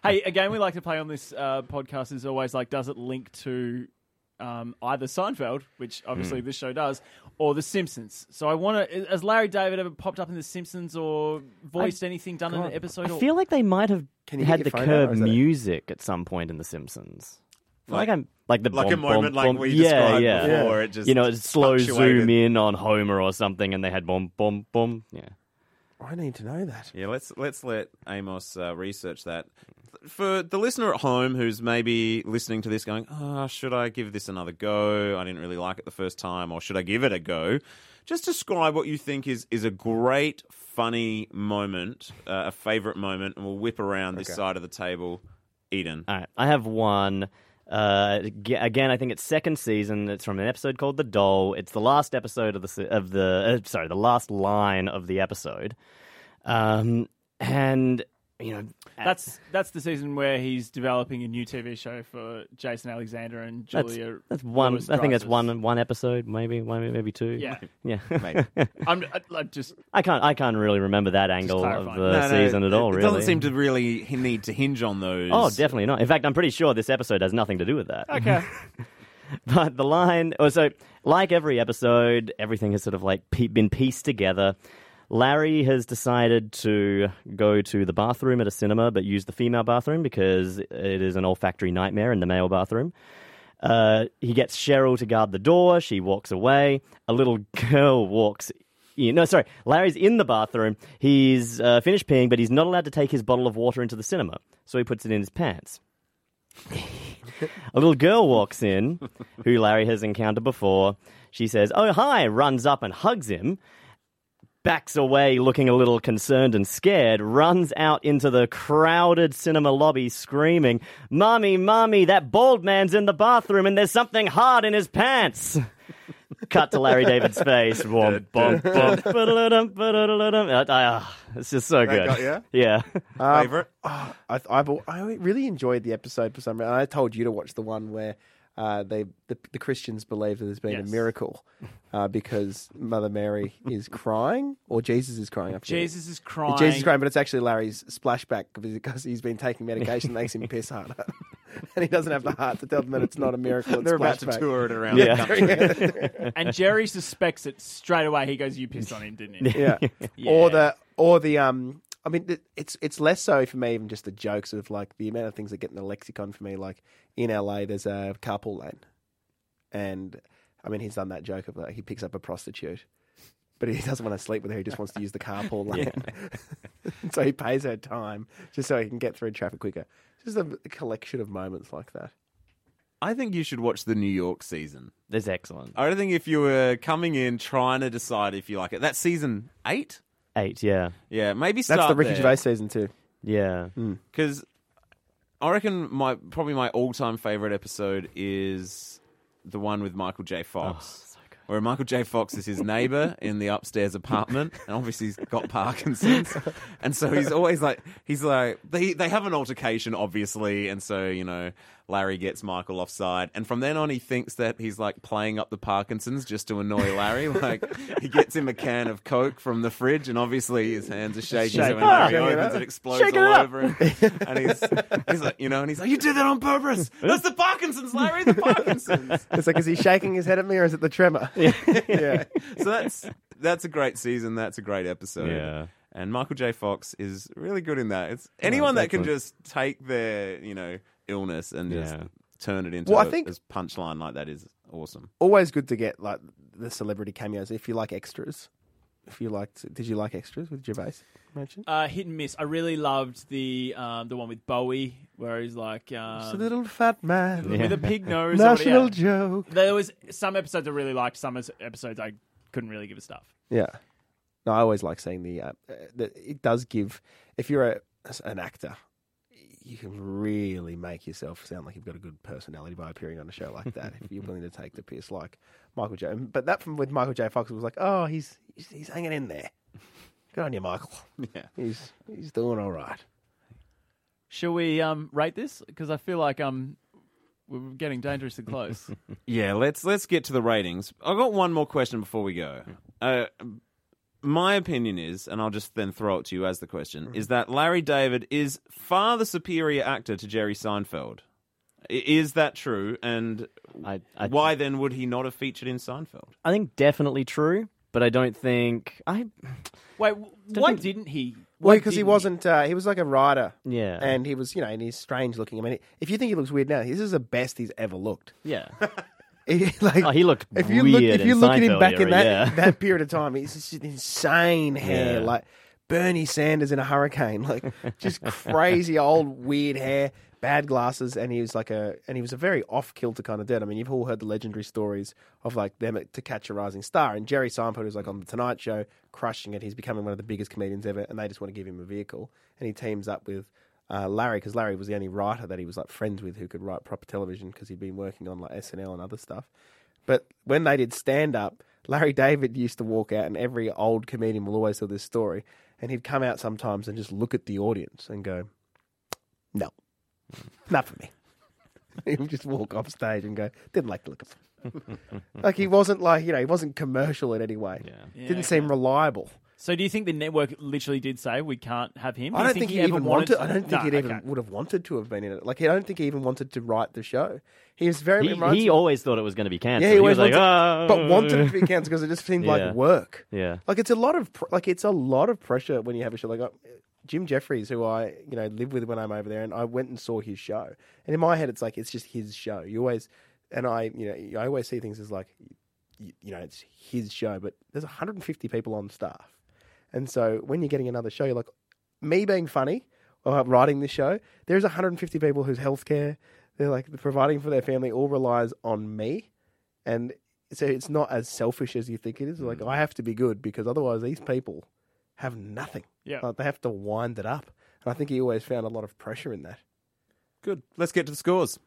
[SPEAKER 7] hey, a game we like to play on this uh, podcast is always like, does it link to um, either Seinfeld, which obviously this show does, or The Simpsons? So I want to. Has Larry David ever popped up in The Simpsons or voiced anything done in an episode?
[SPEAKER 1] I
[SPEAKER 7] or-
[SPEAKER 1] feel like they might have
[SPEAKER 8] Can you
[SPEAKER 1] had
[SPEAKER 8] get
[SPEAKER 1] the
[SPEAKER 8] your phone out,
[SPEAKER 1] curb
[SPEAKER 8] or is that it?
[SPEAKER 1] music at some point in The Simples. I feel
[SPEAKER 6] Like-
[SPEAKER 1] like I'm like the
[SPEAKER 6] like a
[SPEAKER 1] bom, bom,
[SPEAKER 6] moment like
[SPEAKER 1] bom-
[SPEAKER 6] we
[SPEAKER 1] yeah,
[SPEAKER 6] described
[SPEAKER 1] yeah.
[SPEAKER 6] before, it just
[SPEAKER 1] you know, it's slow
[SPEAKER 6] punctuated.
[SPEAKER 1] zoom in on Homer or something, and they had bomb, bomb, bomb. Yeah,
[SPEAKER 8] I need to know that.
[SPEAKER 6] Yeah, let's let's let Amos uh, research that. For the listener at home who's maybe listening to this, going, "Ah, should I give this another go? I didn't really like it the first time, or should I give it a go?" Just describe what you think is is a great, funny moment, uh, a favorite moment, and we'll whip around this side of the table. Eden,
[SPEAKER 1] All right, I have one. Uh, g- again, I think it's second season. It's from an episode called "The Doll." It's the last episode of the se- of the uh, sorry, the last line of the episode. Um, and you know,
[SPEAKER 7] That's that's the season where he's developing a new TV show for Jason Alexander and
[SPEAKER 1] that's,
[SPEAKER 7] Julia.
[SPEAKER 1] that's one.
[SPEAKER 7] Louis
[SPEAKER 1] I think that's
[SPEAKER 7] Dreyfus.
[SPEAKER 1] one one episode, maybe one, maybe two.
[SPEAKER 7] Yeah.
[SPEAKER 1] yeah.
[SPEAKER 7] I'm, I, am just
[SPEAKER 1] I can't. I can't really remember that angle of
[SPEAKER 7] clarifying.
[SPEAKER 1] the season at all.
[SPEAKER 6] It
[SPEAKER 1] Really,
[SPEAKER 6] doesn't seem to really h- need to hinge on those.
[SPEAKER 1] Oh, definitely not. In fact, I'm pretty sure this episode has nothing to do with that.
[SPEAKER 7] okay.
[SPEAKER 1] but the line oh, so like every episode everything has sort of like pe- been pieced together larry has decided to go to the bathroom at a cinema but use the female bathroom because it is an olfactory nightmare in the male bathroom uh, he gets cheryl to guard the door she walks away a little girl walks in. no, sorry. Larry's in the bathroom. He's uh, finished peeing, but he's not allowed to take his bottle of water into the cinema. So he puts it in his pants. A little girl walks in who Larry has encountered before. She says, Oh, hi, runs up and hugs him, backs away looking a little concerned and scared, runs out into the crowded cinema lobby screaming, Mommy, Mommy, that bald man's in the bathroom and there's something hard in his pants. Cut to Larry David's face. Womp, bump, bump. Ba-da-da-dum, ba-da-da-da-dum. Uh, ah, It's just so good.
[SPEAKER 8] got ya?
[SPEAKER 1] Yeah. Uh,
[SPEAKER 6] favorite.
[SPEAKER 8] I, I've, al- I really enjoyed the episode for some reason. I told you to watch the one where uh, they the, the Christians believe that there's been
[SPEAKER 7] Yes.
[SPEAKER 8] a miracle uh, because Mother Mary is crying or Jesus is crying. I forget.
[SPEAKER 7] Jesus is crying.
[SPEAKER 8] Jesus is crying, but it's actually Larry's splashback because he's been taking medication that makes him piss harder, and he doesn't have the heart to tell them that it's not a miracle. It's
[SPEAKER 6] They're about to
[SPEAKER 8] splashback.
[SPEAKER 6] tour it around
[SPEAKER 1] Yeah.
[SPEAKER 6] the country.
[SPEAKER 7] and Jerry suspects it straight away. He goes, "You pissed on him, didn't you?"
[SPEAKER 8] yeah. Or the or the um. I mean, th- it's it's less so for me even just the jokes of like the amount of things that get in the lexicon for me. Like in LA, there's a carpool lane, and I mean he's done that joke of like he picks up a prostitute, but he doesn't want to sleep with her. He just wants to use the carpool lane, so he pays her time just so he can get through traffic quicker. Just a collection of moments like that.
[SPEAKER 6] I think you should watch the New York season.
[SPEAKER 1] That's excellent.
[SPEAKER 6] I don't think if you were coming in trying to decide if you like it, that's season eight.
[SPEAKER 1] Eight, yeah.
[SPEAKER 6] Yeah, maybe start
[SPEAKER 8] That's the Ricky
[SPEAKER 6] there
[SPEAKER 8] Gervais season too.
[SPEAKER 1] Yeah.
[SPEAKER 8] Hmm.
[SPEAKER 6] because I reckon my probably my all-time favorite episode is the one with Michael J. Fox. Where Michael J. Fox is his neighbor in the upstairs apartment, and obviously he's got Parkinson's, and so he's always like, he's like, they they have an altercation, obviously, and so you know, Larry gets Michael offside, and from then on, he thinks that he's like playing up the Parkinson's just to annoy Larry. Like he gets him a can of Coke from the fridge, and obviously his hands are shaking, so when Larry opens it, explodes
[SPEAKER 1] Shaking
[SPEAKER 6] all
[SPEAKER 1] it up.
[SPEAKER 6] over him, and he's, he's like, you know, and he's like, you did that on purpose. That's the Parkinson's, Larry, the Parkinson's.
[SPEAKER 8] It's like is he shaking his head at me or is it the tremor? yeah.
[SPEAKER 6] So that's that's a great season. That's a great episode.
[SPEAKER 1] Yeah.
[SPEAKER 6] And Michael J. Fox is really good in that. It's anyone that can
[SPEAKER 1] definitely.
[SPEAKER 6] just take their you know illness and just
[SPEAKER 1] Yeah.
[SPEAKER 6] turn it into
[SPEAKER 8] Well, I
[SPEAKER 6] a,
[SPEAKER 8] think-
[SPEAKER 6] a punchline like that is awesome.
[SPEAKER 8] Always good to get like the celebrity cameos if you like extras. If you liked, did you like extras with Gervais? Imagine.
[SPEAKER 7] Uh, hit and miss. I really loved the um, the one with Bowie, where he's like
[SPEAKER 8] It's a
[SPEAKER 7] um,
[SPEAKER 8] little fat man.
[SPEAKER 7] with a pig nose. or
[SPEAKER 8] National
[SPEAKER 7] whatever.
[SPEAKER 8] joke.
[SPEAKER 7] There was some episodes I really liked, some episodes I couldn't really give a stuff.
[SPEAKER 8] Yeah. No, I always like seeing the. Uh, uh, the it does give. If you're a, as an actor, you can really make yourself sound like you've got a good personality by appearing on a show like that. if you're willing to take the piss, like Michael J. But that from with Michael J. Fox was like, oh, he's he's, he's hanging in there. Good on you, Michael.
[SPEAKER 6] Yeah.
[SPEAKER 8] He's he's doing all right.
[SPEAKER 7] Shall we um, rate this? Because I feel like um, we're getting dangerously close.
[SPEAKER 6] Yeah, let's let's get to the ratings. I've got one more question before we go. Uh, my opinion is, and I'll just then throw it to you as the question, is that Larry David is far the superior actor to Jerry Seinfeld. I- Is that true? And
[SPEAKER 1] I, I,
[SPEAKER 6] why then would he not have featured in Seinfeld?
[SPEAKER 1] I think definitely true, but I don't think I.
[SPEAKER 7] Wait, w- why
[SPEAKER 1] think-
[SPEAKER 7] didn't he?
[SPEAKER 8] Well,
[SPEAKER 7] Why
[SPEAKER 8] because he
[SPEAKER 7] didn't
[SPEAKER 8] wasn't. Uh, he was like a writer.
[SPEAKER 1] Yeah.
[SPEAKER 8] And he was, you know, and he's strange looking. I mean, if you think he looks weird now, this is the best he's ever looked.
[SPEAKER 1] Yeah,
[SPEAKER 8] like,
[SPEAKER 1] Oh, he looked
[SPEAKER 8] if you
[SPEAKER 1] weird
[SPEAKER 8] look if
[SPEAKER 1] in
[SPEAKER 8] you look at him
[SPEAKER 1] Seinfeld
[SPEAKER 8] back in
[SPEAKER 1] era,
[SPEAKER 8] that
[SPEAKER 1] yeah.
[SPEAKER 8] that period of time, he's just insane hair,
[SPEAKER 1] Yeah.
[SPEAKER 8] like Bernie Sanders in a hurricane, like just crazy old weird hair, bad glasses, and he was like a and he was a very off kilter kind of dude. I mean, you've all heard the legendary stories of like them at, to catch a rising star, and Jerry Seinfeld was like on the Tonight Show, crushing it. He's becoming one of the biggest comedians ever, and they just want to give him a vehicle, and he teams up with. Uh, Larry, because Larry was the only writer that he was like friends with who could write proper television because he'd been working on like SNL and other stuff. But when they did stand up, Larry David used to walk out, and every old comedian will always tell this story. And he'd come out sometimes and just look at the audience and go, "No, not for me." He would just walk off stage and go, "Didn't like the look of." it." like he wasn't like you know he wasn't commercial in any way.
[SPEAKER 7] Yeah,
[SPEAKER 8] Didn't seem reliable.
[SPEAKER 7] So do you think the network literally did say we can't have him?
[SPEAKER 8] I
[SPEAKER 7] Do you
[SPEAKER 8] don't think, he
[SPEAKER 7] ever
[SPEAKER 8] even wanted. I don't think
[SPEAKER 7] No,
[SPEAKER 8] he'd even
[SPEAKER 7] okay.
[SPEAKER 8] would have wanted to have been in it. Like I don't think he even wanted to write the show. He was very.
[SPEAKER 1] he,
[SPEAKER 8] it reminds
[SPEAKER 1] he
[SPEAKER 8] me-
[SPEAKER 1] always thought it was going to be cancelled.
[SPEAKER 8] Yeah, he always
[SPEAKER 1] was like,
[SPEAKER 8] wanted,
[SPEAKER 1] "Oh."
[SPEAKER 8] but wanted it to be cancelled because it just seemed
[SPEAKER 1] Yeah.
[SPEAKER 8] like work.
[SPEAKER 1] Yeah.
[SPEAKER 8] like it's a lot of pr- like it's a lot of pressure when you have a show like uh, Jim Jeffries, who I you know live with when I'm over there, and I went and saw his show, and in my head it's like it's just his show. You always and I you know I always see things as like you, you know it's his show, but there's 150 people on staff, and so when you're getting another show, you're like me being funny or writing this show, there's 150 people whose healthcare they're like providing for their family all relies on me, and so it's not as selfish as you think it is. Like I have to be good because otherwise these people have nothing.
[SPEAKER 7] Yeah.
[SPEAKER 8] like, they have to wind it up, and I think he always found a lot of pressure in that.
[SPEAKER 6] Good. Let's get to the scores.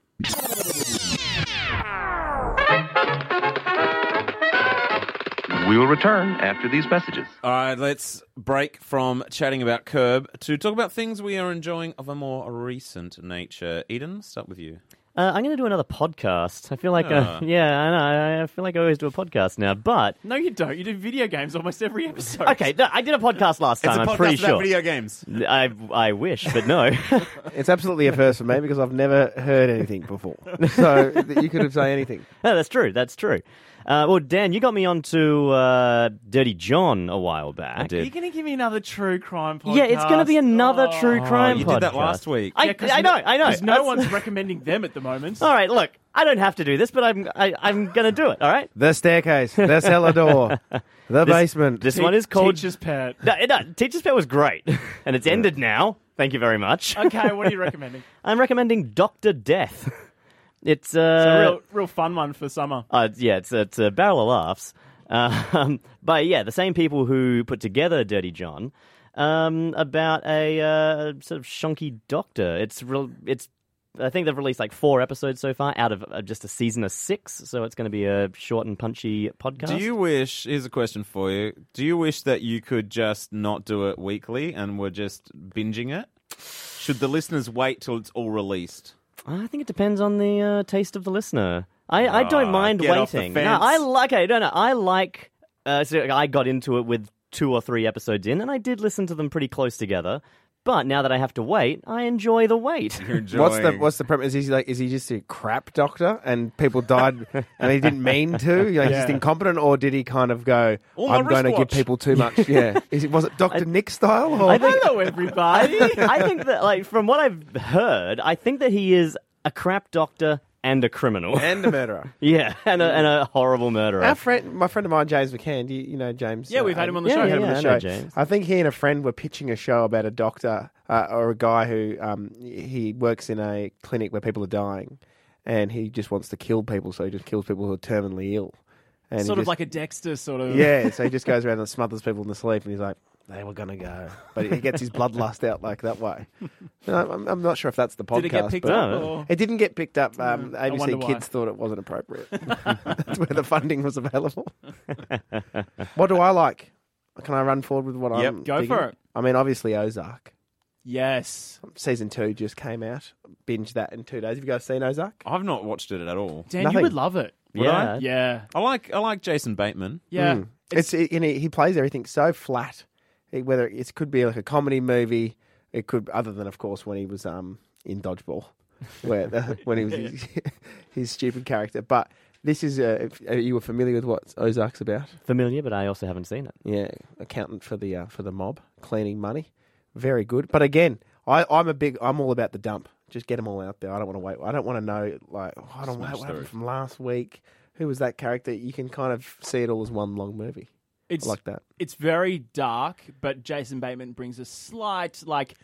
[SPEAKER 9] We will return after these messages.
[SPEAKER 6] All right, let's break from chatting about Curb to talk about things we are enjoying of a more recent nature. Eden, start with you.
[SPEAKER 1] Uh, I'm going to do another podcast. I feel like, uh,
[SPEAKER 6] Ah.
[SPEAKER 1] yeah, I know. I feel like I always do a podcast now. But
[SPEAKER 7] No, you don't. You do video games almost every episode.
[SPEAKER 1] okay, no, I did a podcast last time. I'm pretty sure.
[SPEAKER 6] games.
[SPEAKER 1] I I wish, but no.
[SPEAKER 8] It's absolutely a first for me because I've never heard anything before. So you could have said anything.
[SPEAKER 1] No, that's true. That's true. Uh, well, Dan, you got me onto uh, Dirty John a while back. I
[SPEAKER 7] Are you
[SPEAKER 6] did. Oh.
[SPEAKER 7] going to give me another true crime podcast? Oh.
[SPEAKER 1] Yeah, it's going to be another true crime
[SPEAKER 6] you
[SPEAKER 1] podcast.
[SPEAKER 6] did that last week.
[SPEAKER 1] I, I know, I know.
[SPEAKER 7] Because no
[SPEAKER 1] That's-
[SPEAKER 7] one's recommending them at the moment.
[SPEAKER 1] All right, look, I don't have to do this, but I'm I, I'm going to do it. All right.
[SPEAKER 8] The staircase, the cellar door, the basement.
[SPEAKER 1] This one is called.
[SPEAKER 7] Teacher's Pet.
[SPEAKER 1] No, no, Teacher's Pet was great, and it's ended now. Thank you very much.
[SPEAKER 7] Okay, what are you recommending?
[SPEAKER 1] I'm recommending Doctor Death. It's
[SPEAKER 7] It's
[SPEAKER 1] uh,
[SPEAKER 7] a real, real fun one for summer.
[SPEAKER 1] Uh, yeah, it's it's a barrel of laughs. Um, but yeah, the same people who put together Dirty John um, about a uh, sort of shonky doctor. It's real. It's I think they've released like four episodes so far out of uh, just a season of six. So it's going to be a short and punchy podcast.
[SPEAKER 6] Do you wish? Here's a question for you. Do you wish that you could just not do it weekly and we're just binging it? Should the listeners wait till it's all released?
[SPEAKER 1] I think it depends on the uh, taste of the listener. I, I
[SPEAKER 6] Ah,
[SPEAKER 1] don't mind
[SPEAKER 6] get off the
[SPEAKER 1] waiting. No,
[SPEAKER 6] fence.
[SPEAKER 1] I like. Okay, no, no, I like. Uh, so I got into it with two or three episodes in, and I did listen to them pretty close together. But now that I have to wait, I enjoy the wait.
[SPEAKER 8] What's the what's the premise? Is he like is he just a crap doctor and people died and he didn't mean to? Like he's just incompetent, or did he kind of go?
[SPEAKER 6] Or my
[SPEAKER 8] I'm going to give
[SPEAKER 6] wristwatch."
[SPEAKER 8] people too much. yeah, is it, was it Doctor Nick style? Or?
[SPEAKER 1] I think-
[SPEAKER 7] Hello, everybody.
[SPEAKER 1] I think that, like, from what I've heard, I think that he is a crap doctor and a criminal.
[SPEAKER 8] and a murderer.
[SPEAKER 1] yeah, and a, and a horrible murderer.
[SPEAKER 8] Our friend, my friend of mine, James McCann. Do you, you know James?
[SPEAKER 7] Yeah, we've had him on the
[SPEAKER 8] yeah,
[SPEAKER 7] show.
[SPEAKER 8] we've had
[SPEAKER 1] Yeah,
[SPEAKER 8] him on
[SPEAKER 1] I know
[SPEAKER 8] the show.
[SPEAKER 1] James.
[SPEAKER 8] I think he and a friend were pitching a show about a doctor uh, or a guy who um, he works in a clinic where people are dying, and he just wants to kill people, so he just kills people who are terminally ill. And he
[SPEAKER 7] sort of
[SPEAKER 8] just-
[SPEAKER 7] like a Dexter sort of.
[SPEAKER 8] Yeah, so he just goes around and smothers people in the sleep, and he's like, "They were gonna go," but he gets his bloodlust out like that way. And I- I'm, I'm not sure if that's the podcast.
[SPEAKER 7] Did it get picked
[SPEAKER 8] but-
[SPEAKER 7] up?
[SPEAKER 1] No.
[SPEAKER 7] Or...
[SPEAKER 8] It didn't get picked up. Um,
[SPEAKER 7] wonder
[SPEAKER 8] ABC
[SPEAKER 7] why.
[SPEAKER 8] Kids thought it wasn't appropriate. that's where the funding was available. what do I like? Can I run forward with what
[SPEAKER 6] Yep,
[SPEAKER 8] I'm?
[SPEAKER 7] go
[SPEAKER 8] digging?
[SPEAKER 7] for it.
[SPEAKER 8] I mean, obviously Ozark
[SPEAKER 7] Yes.
[SPEAKER 8] season two just came out. Binge that in two days. Have you guys seen Ozark?
[SPEAKER 6] I've not watched it at all.
[SPEAKER 7] Dan, you
[SPEAKER 8] Nothing.
[SPEAKER 7] would love it.
[SPEAKER 1] yeah.
[SPEAKER 7] Yeah.
[SPEAKER 6] I like I like Jason Bateman.
[SPEAKER 7] Yeah.
[SPEAKER 8] Mm. It's, it, and he, he plays everything so flat. It- whether it could be like a comedy movie, it could other than of course when he was um in dodgeball, where the, when he was his, his stupid character. But this is uh, if, uh, you were familiar with what Ozark's about.
[SPEAKER 1] Familiar, but I also haven't seen it.
[SPEAKER 8] Yeah, accountant for the uh, for the mob, cleaning money. Very good. But again, I, I'm a big. I'm all about the dump. Just get them all out there. I don't want to wait. I don't want to know like oh, I don't know
[SPEAKER 6] Smash
[SPEAKER 8] what happened
[SPEAKER 6] through.
[SPEAKER 8] from last week. Who was that character? You can kind of see it all as one long movie.
[SPEAKER 7] It's
[SPEAKER 8] I like that.
[SPEAKER 7] it's very dark, but Jason Bateman brings a slight like.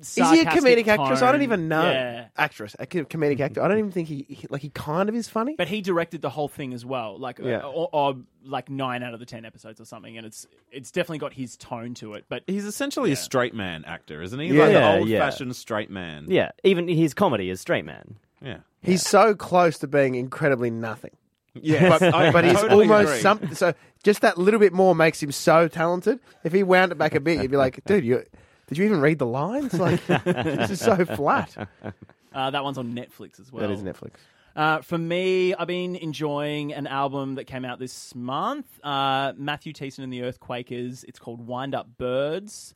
[SPEAKER 8] Is he a
[SPEAKER 7] sarcastic
[SPEAKER 8] comedic actress? I
[SPEAKER 7] tone.
[SPEAKER 8] don't even know.
[SPEAKER 7] Yeah.
[SPEAKER 8] Actress, a co- comedic actor. I don't even think he, he like he kind of is funny.
[SPEAKER 7] But he directed the whole thing as well, like uh,
[SPEAKER 8] Yeah.
[SPEAKER 7] or, or like nine out of the ten episodes or something, and it's it's definitely got his tone to it. But
[SPEAKER 6] He's essentially a straight man actor, isn't he?
[SPEAKER 8] Yeah.
[SPEAKER 6] like
[SPEAKER 1] Yeah,
[SPEAKER 6] an
[SPEAKER 1] yeah.
[SPEAKER 6] old fashioned straight man.
[SPEAKER 1] Yeah, even his comedy is Straight Man.
[SPEAKER 6] Yeah.
[SPEAKER 8] He's so close to being incredibly nothing.
[SPEAKER 6] Yeah. But, I
[SPEAKER 8] but he's
[SPEAKER 6] totally
[SPEAKER 8] almost
[SPEAKER 6] agree.
[SPEAKER 8] something. So just that little bit more makes him so talented. If he wound it back a bit, you'd be like, dude, you did you even read the lines? Like this is so flat.
[SPEAKER 7] uh, that one's on Netflix as well.
[SPEAKER 8] That is Netflix.
[SPEAKER 7] Uh, for me, I've been enjoying an album that came out this month. Uh, Matthew Thiessen and the Earthquakers. It's called Wind Up Birds.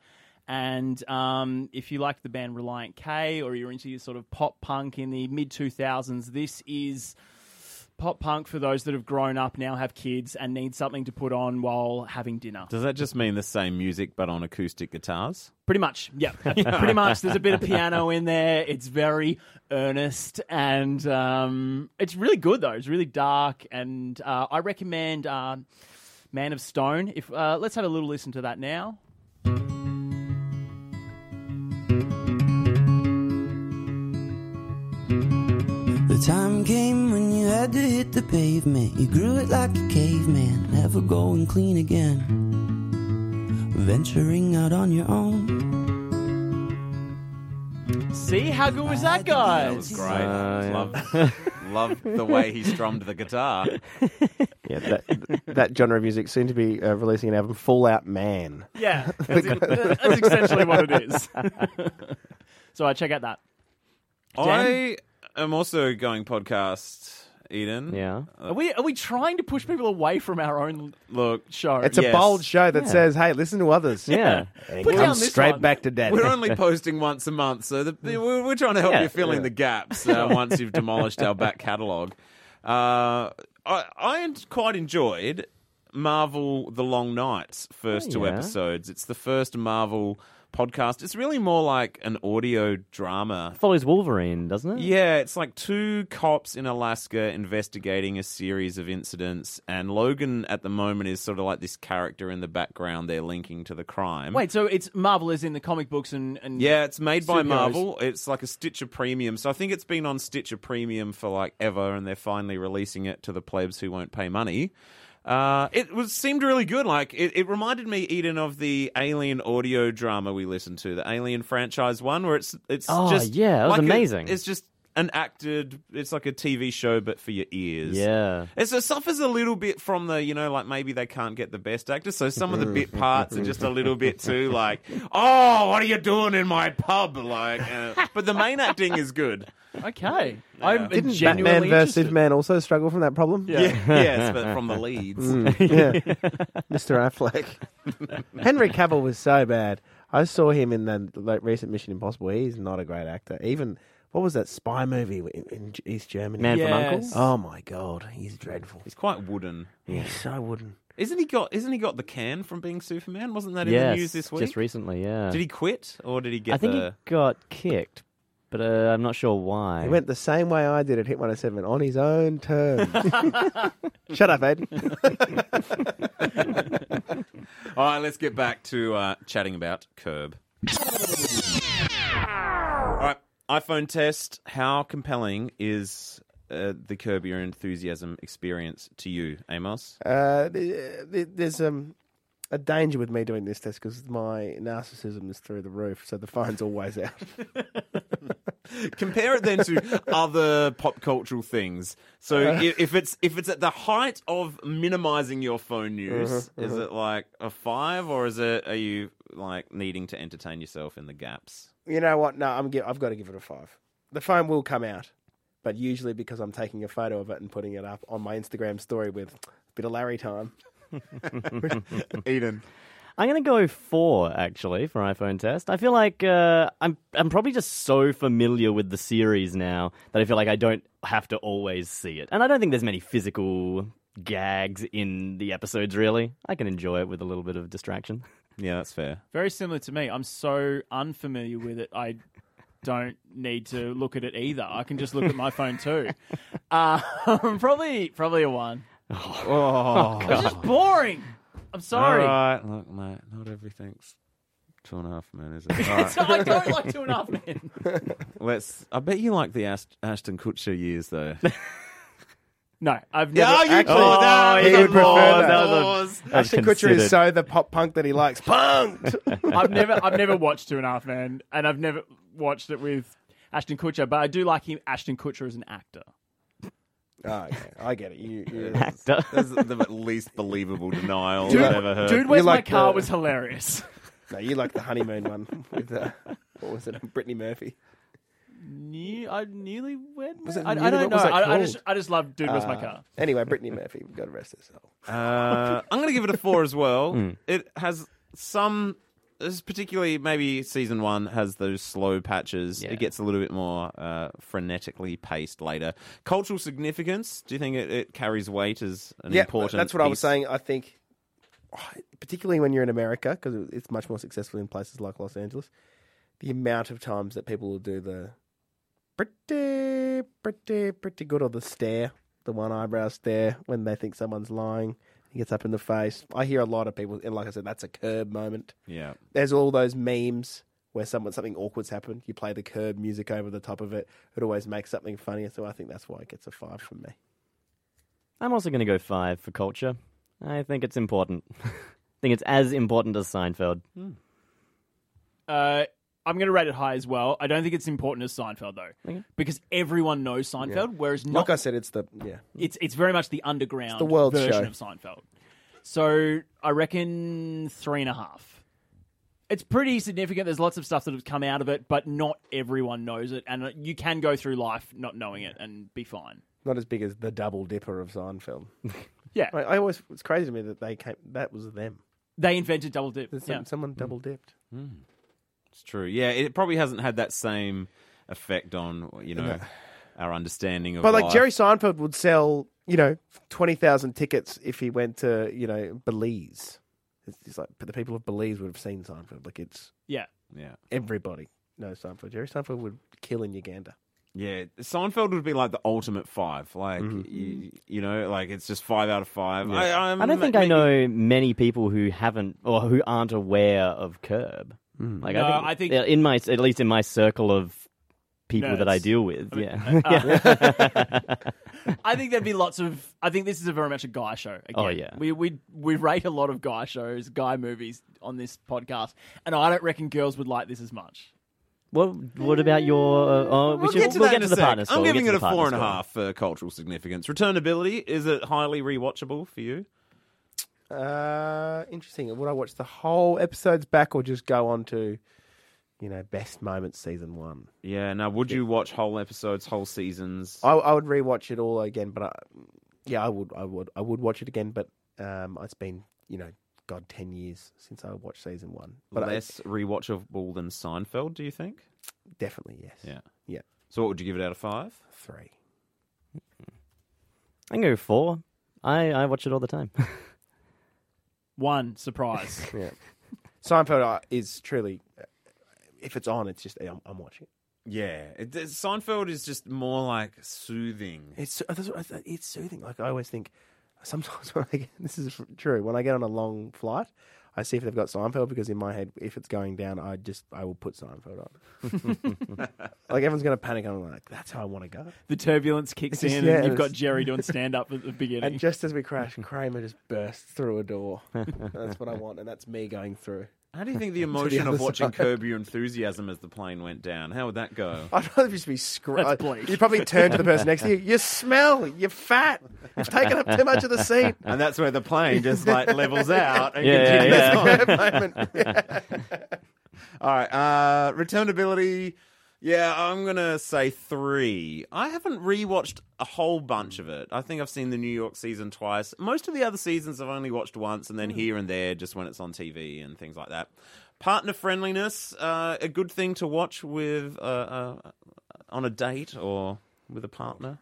[SPEAKER 7] And um, if you like the band Reliant K or you're into your sort of pop punk in the mid 2000s, this is pop punk for those that have grown up, now have kids, and need something to put on while having dinner.
[SPEAKER 6] Does that just mean the same music but on acoustic guitars?
[SPEAKER 7] Pretty much, yeah. Pretty much. There's a bit of piano in there. It's very earnest and um, it's really good though. It's really dark and uh, I recommend uh, Man of Stone. If uh, let's have a little listen to that now.
[SPEAKER 10] The time came when you had to hit the pavement. You grew it like a caveman, never going clean again. Venturing out on your own.
[SPEAKER 7] See how good was that, guys?
[SPEAKER 6] Great.
[SPEAKER 1] Uh,
[SPEAKER 6] love, love the way he strummed the guitar.
[SPEAKER 8] Yeah, that, that genre of music soon to be uh, releasing an album, Fallout Man.
[SPEAKER 7] Yeah, that's, that's essentially what it is. so I check out that.
[SPEAKER 6] I am also going podcast, Eden.
[SPEAKER 1] Yeah.
[SPEAKER 7] Are we are we trying to push people away from our own
[SPEAKER 6] Look,
[SPEAKER 7] show?
[SPEAKER 8] It's a
[SPEAKER 6] Yes.
[SPEAKER 8] bold show that says, "Hey, listen to others."
[SPEAKER 1] Yeah.
[SPEAKER 8] and
[SPEAKER 7] Put
[SPEAKER 8] come
[SPEAKER 7] down this
[SPEAKER 8] straight
[SPEAKER 7] one.
[SPEAKER 8] back to daddy.
[SPEAKER 6] We're only posting once a month, so the, we're, we're trying to help
[SPEAKER 1] Yeah,
[SPEAKER 6] you fill in the gaps uh, once you've demolished our back catalogue. Uh, I, I en- quite enjoyed Marvel The Long Night's first
[SPEAKER 1] Oh,
[SPEAKER 6] two
[SPEAKER 1] yeah.
[SPEAKER 6] episodes. It's the first Marvel podcast. It's really more like an audio drama
[SPEAKER 1] Follows Wolverine, doesn't it?
[SPEAKER 6] yeah, it's like two cops in Alaska investigating a series of incidents, and Logan at the moment is sort of like this character in the background they're linking to the crime.
[SPEAKER 7] Wait, so it's Marvel is in the comic books and, and
[SPEAKER 6] Yeah, it's made by
[SPEAKER 7] Superheroes.
[SPEAKER 6] Marvel. It's like a Stitcher Premium. So I think it's been on Stitcher Premium for like ever, and they're finally releasing it to the plebs who won't pay money. Uh, it was seemed really good. Like it, it reminded me, Eden, of the Alien audio drama we listened to, the Alien franchise one, where it's it's
[SPEAKER 1] Oh,
[SPEAKER 6] just
[SPEAKER 1] yeah, that was
[SPEAKER 6] like a-
[SPEAKER 1] amazing.
[SPEAKER 6] it's just an acted. It's like a TV show, but for your ears.
[SPEAKER 1] Yeah.
[SPEAKER 6] It's- It suffers a little bit from the, you know, like maybe they can't get the best actors, so some of the bit parts are just a little bit too like, oh, what are you doing in my pub? Like, uh, but the main acting is good.
[SPEAKER 7] Okay, I'm
[SPEAKER 8] Didn't
[SPEAKER 7] genuinely
[SPEAKER 8] Batman versus
[SPEAKER 7] interested.
[SPEAKER 8] Superman also struggle from that problem?
[SPEAKER 6] Yeah. yes, but from the leads.
[SPEAKER 1] Mm.
[SPEAKER 8] yeah, Mr. Affleck. Henry Cavill was so bad. I saw him in the like recent Mission Impossible. He's not a great actor. Even what was that spy movie in, in East Germany?
[SPEAKER 1] Man from
[SPEAKER 7] Yes.
[SPEAKER 1] Uncle.
[SPEAKER 8] Oh my god, he's dreadful.
[SPEAKER 6] He's quite wooden.
[SPEAKER 8] He's so wooden.
[SPEAKER 6] Isn't he got? Isn't he got the can from being Superman? Wasn't that in
[SPEAKER 1] Yes,
[SPEAKER 6] the news this week?
[SPEAKER 1] just recently. Yeah,
[SPEAKER 6] Did he quit or did he get
[SPEAKER 1] I think
[SPEAKER 6] the?
[SPEAKER 1] he got kicked, but uh, I'm not sure why.
[SPEAKER 8] He went the same way I did at Hit 107 on his own terms. Shut up, Aiden.
[SPEAKER 6] All right, let's get back to uh, chatting about Curb. All right, iPhone test. How compelling is uh, the Curb Your Enthusiasm experience to you, Amos?
[SPEAKER 8] Uh, th- th- there's um, a danger with me doing this test because my narcissism is through the roof, so the phone's always out.
[SPEAKER 6] Compare it then to other pop cultural things. So if, if it's if it's at the height of minimizing your phone use, is it like a five or is it are you like needing to entertain yourself in the gaps?
[SPEAKER 8] You know what? No, I'm gi- I've got to give it a five. The phone will come out, but usually because I'm taking a photo of it and putting it up on my Instagram story with a bit of Larry time.
[SPEAKER 6] Eden,
[SPEAKER 1] I'm gonna go four actually for iPhone test. I feel like uh, I'm I'm probably just so familiar with the series now that I feel like I don't have to always see it, and I don't think there's many physical gags in the episodes really. I can enjoy it with a little bit of distraction.
[SPEAKER 6] yeah, that's fair.
[SPEAKER 7] Very similar to me. I'm so unfamiliar with it. I don't need to look at it either. I can just look at my phone too. Uh, probably, probably a one.
[SPEAKER 6] Oh,
[SPEAKER 7] It's just boring. I'm sorry.
[SPEAKER 6] All right, look, mate, not everything's two and a half men, is it? All right.
[SPEAKER 7] So I don't like two and a half men.
[SPEAKER 6] Let's. I bet you like the Ast- Ashton Kutcher years, though. Oh,
[SPEAKER 7] No, I've never. actually,
[SPEAKER 8] that Oh, he was a would prefer pause, that. that
[SPEAKER 1] was a- that was
[SPEAKER 8] Ashton Kutcher is
[SPEAKER 1] considered.
[SPEAKER 8] so the pop punk that he likes. Punked! Oh,
[SPEAKER 7] I've never, I've never watched Two and a Half Men, and I've never watched it with Ashton Kutcher. But I do like him, Ashton Kutcher as an actor.
[SPEAKER 8] oh, okay. I get it. You, you,
[SPEAKER 1] Actor.
[SPEAKER 6] That's the least believable denial I've ever heard.
[SPEAKER 7] Dude, where's
[SPEAKER 8] You like
[SPEAKER 7] my car
[SPEAKER 8] the-
[SPEAKER 7] was hilarious.
[SPEAKER 8] no, you like the honeymoon one with uh, what was it? Brittany Murphy.
[SPEAKER 7] New, I newly wed.
[SPEAKER 8] Was it
[SPEAKER 7] I, I
[SPEAKER 8] newly-
[SPEAKER 7] don't
[SPEAKER 8] what
[SPEAKER 7] know.
[SPEAKER 8] was that
[SPEAKER 7] I, I
[SPEAKER 8] called?
[SPEAKER 7] just, I just love Dude, where's my
[SPEAKER 8] Uh,
[SPEAKER 7] car?
[SPEAKER 8] Anyway, Brittany Murphy, we've got to rest herself.
[SPEAKER 6] Uh, I'm going to give it a four as well.
[SPEAKER 8] Hmm.
[SPEAKER 6] It has some, this particularly maybe season one has those slow patches.
[SPEAKER 1] Yeah.
[SPEAKER 6] It gets a little bit more uh, frenetically paced later. Cultural significance. Do you think it, it carries weight as an important?
[SPEAKER 8] That's what I was
[SPEAKER 6] piece?
[SPEAKER 8] saying. I think, particularly when you're in America, because it's much more successful in places like Los Angeles, the amount of times that people will do the pretty, pretty, pretty good or the stare, the one eyebrow stare when they think someone's lying. He gets up in the face. I hear a lot of people, and like I said, that's a curb moment.
[SPEAKER 6] Yeah.
[SPEAKER 8] There's all those memes where someone something awkward's happened. You play the curb music over the top of it. It always makes something funnier. So I think that's why it gets a five from me.
[SPEAKER 1] I'm also gonna go five for culture. I think it's important. I think it's as important as Seinfeld.
[SPEAKER 7] Uh, I'm going to rate it high as well. I don't think it's important as Seinfeld though, because everyone knows Seinfeld, whereas not.
[SPEAKER 8] Like I said, it's the yeah.
[SPEAKER 7] it's it's very much the underground
[SPEAKER 8] the world
[SPEAKER 7] version
[SPEAKER 8] show.
[SPEAKER 7] of Seinfeld. So I reckon three and a half. It's pretty significant. There's lots of stuff that have come out of it, but not everyone knows it, and uh, you can go through life not knowing it and be fine.
[SPEAKER 8] not as big as the double dipper of Seinfeld.
[SPEAKER 7] Yeah,
[SPEAKER 8] I, I always it's crazy to me that they came that was them.
[SPEAKER 7] they invented double dip.
[SPEAKER 8] That some,
[SPEAKER 7] Yeah.
[SPEAKER 8] Someone double dipped.
[SPEAKER 6] It's true. Yeah, it probably hasn't had that same effect on you know our understanding of.
[SPEAKER 8] But like
[SPEAKER 6] life.
[SPEAKER 8] Jerry Seinfeld would sell, you know, twenty thousand tickets if he went to, you know, Belize. It's, it's like but the people of Belize would have seen Seinfeld. Like it's
[SPEAKER 7] yeah.
[SPEAKER 6] Yeah.
[SPEAKER 8] everybody knows Seinfeld. Jerry Seinfeld would kill in Uganda.
[SPEAKER 6] Yeah, Seinfeld would be like the ultimate five. Like you, you know, like it's just five out of five. Mm-hmm. I, I'm
[SPEAKER 1] I don't think I
[SPEAKER 6] Mm, maybe-
[SPEAKER 1] know many people who haven't or who aren't aware of Curb. Like
[SPEAKER 7] No,
[SPEAKER 1] I,
[SPEAKER 7] I think-
[SPEAKER 1] think, yeah, in my at least in my circle of people that I
[SPEAKER 7] Nerds.
[SPEAKER 1] deal with, yeah.
[SPEAKER 6] uh,
[SPEAKER 7] I think there'd be lots of. I think this is a very much a guy show. Again.
[SPEAKER 1] Oh, yeah.
[SPEAKER 7] we we we rate a lot of guy shows, guy movies on this podcast, and I don't reckon girls would like this as much.
[SPEAKER 1] What What about your? Uh, oh, we
[SPEAKER 6] We'll
[SPEAKER 1] should,
[SPEAKER 6] get to
[SPEAKER 1] we'll
[SPEAKER 6] that
[SPEAKER 1] get
[SPEAKER 6] in
[SPEAKER 1] to
[SPEAKER 6] a
[SPEAKER 1] the
[SPEAKER 6] sec.
[SPEAKER 1] partner.
[SPEAKER 6] I'm
[SPEAKER 1] score. We'll
[SPEAKER 6] giving
[SPEAKER 1] get
[SPEAKER 6] it
[SPEAKER 1] to
[SPEAKER 6] a
[SPEAKER 1] the
[SPEAKER 6] four and a
[SPEAKER 1] partner
[SPEAKER 6] half for cultural significance. Returnability is it highly rewatchable for you?
[SPEAKER 8] Uh interesting. Would I watch the whole episodes back or just go on to, you know, best moments season one?
[SPEAKER 6] Yeah. Now, would you watch whole episodes, whole seasons?
[SPEAKER 8] I, I would rewatch it all again, but I, yeah, I would, I would, I would watch it again. But um, it's been you know God, 10 years since I watched season one. But
[SPEAKER 6] But
[SPEAKER 8] I-
[SPEAKER 6] Less rewatchable than Seinfeld, do you think?
[SPEAKER 8] definitely, yes.
[SPEAKER 6] Yeah.
[SPEAKER 8] Yeah.
[SPEAKER 6] So what would you give it out of five?
[SPEAKER 8] Three.
[SPEAKER 1] I can go four. I, I watch it all the time.
[SPEAKER 7] One surprise.
[SPEAKER 8] Yeah. Seinfeld uh, is truly, uh, if it's on, it's just, I'm, I'm watching it.
[SPEAKER 6] Yeah, it, it- Seinfeld is just more like soothing.
[SPEAKER 8] It's, so- that's what I th- it's soothing. Like, I always think, sometimes when I get, this is fr- true, when I get on a long flight, I see if they've got Seinfeld because in my head, if it's going down, I just, I will put Seinfeld on. like, everyone's going to panic. and I'm like, that's how I want to go.
[SPEAKER 7] the turbulence kicks
[SPEAKER 8] It's just-
[SPEAKER 7] in,
[SPEAKER 8] yeah,
[SPEAKER 7] and you've got
[SPEAKER 8] it's-
[SPEAKER 7] Jerry doing stand up at the beginning.
[SPEAKER 8] And just as we crash, Kramer just bursts through a door. that's what I want, and that's me going through.
[SPEAKER 6] How do you think the emotion
[SPEAKER 8] other
[SPEAKER 6] of watching
[SPEAKER 8] side.
[SPEAKER 6] Curb Your Enthusiasm as the plane went down? How would that go?
[SPEAKER 8] I'd rather just be screaming.
[SPEAKER 7] That's bleak.
[SPEAKER 8] You probably turn to the person next to you. You smell. You're fat. You've taken up too much of the seat.
[SPEAKER 6] and that's where the plane just like levels out and
[SPEAKER 1] Yeah, yeah,
[SPEAKER 6] continues
[SPEAKER 1] yeah.
[SPEAKER 6] on.
[SPEAKER 8] Moment.
[SPEAKER 6] All right, uh, returnability. Yeah, I'm gonna say three. I haven't rewatched a whole bunch of it. I think I've seen the New York season twice. Most of the other seasons I've only watched once, and then here and there, just when it's on TV and things like that. Partner friendliness, uh, a good thing to watch with uh, uh, on a date or with a partner.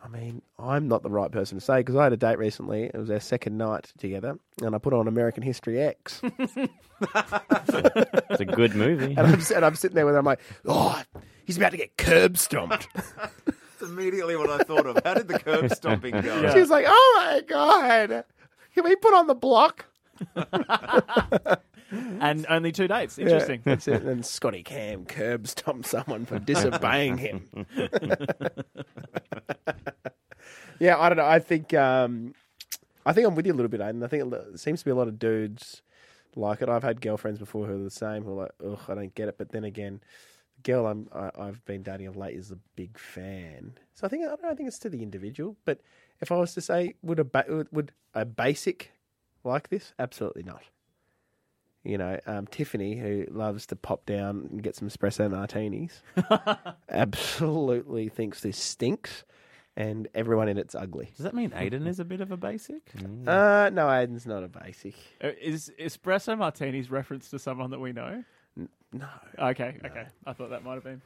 [SPEAKER 8] I mean, I'm not the right person to say because I had a date recently. It was our second night together, and I put on American History X. and,
[SPEAKER 1] It's a good movie.
[SPEAKER 8] I'm, and I'm sitting there with her, I'm like, oh, he's about to get curb stomped.
[SPEAKER 6] That's immediately what I thought of. How did the curb stomping go?
[SPEAKER 8] She was like, oh my God. Can we put on the block?
[SPEAKER 7] and only two dates.
[SPEAKER 8] Yeah,
[SPEAKER 7] Interesting.
[SPEAKER 8] that's it. And Scotty Cam curb stomped someone for disobeying him. yeah, I don't know. I think um, I think I'm with you a little bit, Aiden. I think it l- seems to be a lot of dudes like it. I've had girlfriends before who are the same, who are like, ugh, I don't get it. But then again, the girl I'm, I, I've been dating of late is a big fan. So I think I don't think it's to the individual. But if I was to say, would a ba- would- would a basic like this? Absolutely not you know, um, Tiffany, who loves to pop down and get some espresso martinis, absolutely thinks this stinks, and everyone in it's ugly.
[SPEAKER 6] Does that mean Aiden is a bit of a basic?
[SPEAKER 8] Uh, no, Aiden's not a basic.
[SPEAKER 7] Uh, Is espresso martinis reference to someone that we know?
[SPEAKER 8] No,
[SPEAKER 7] Okay, okay. I thought that might have been.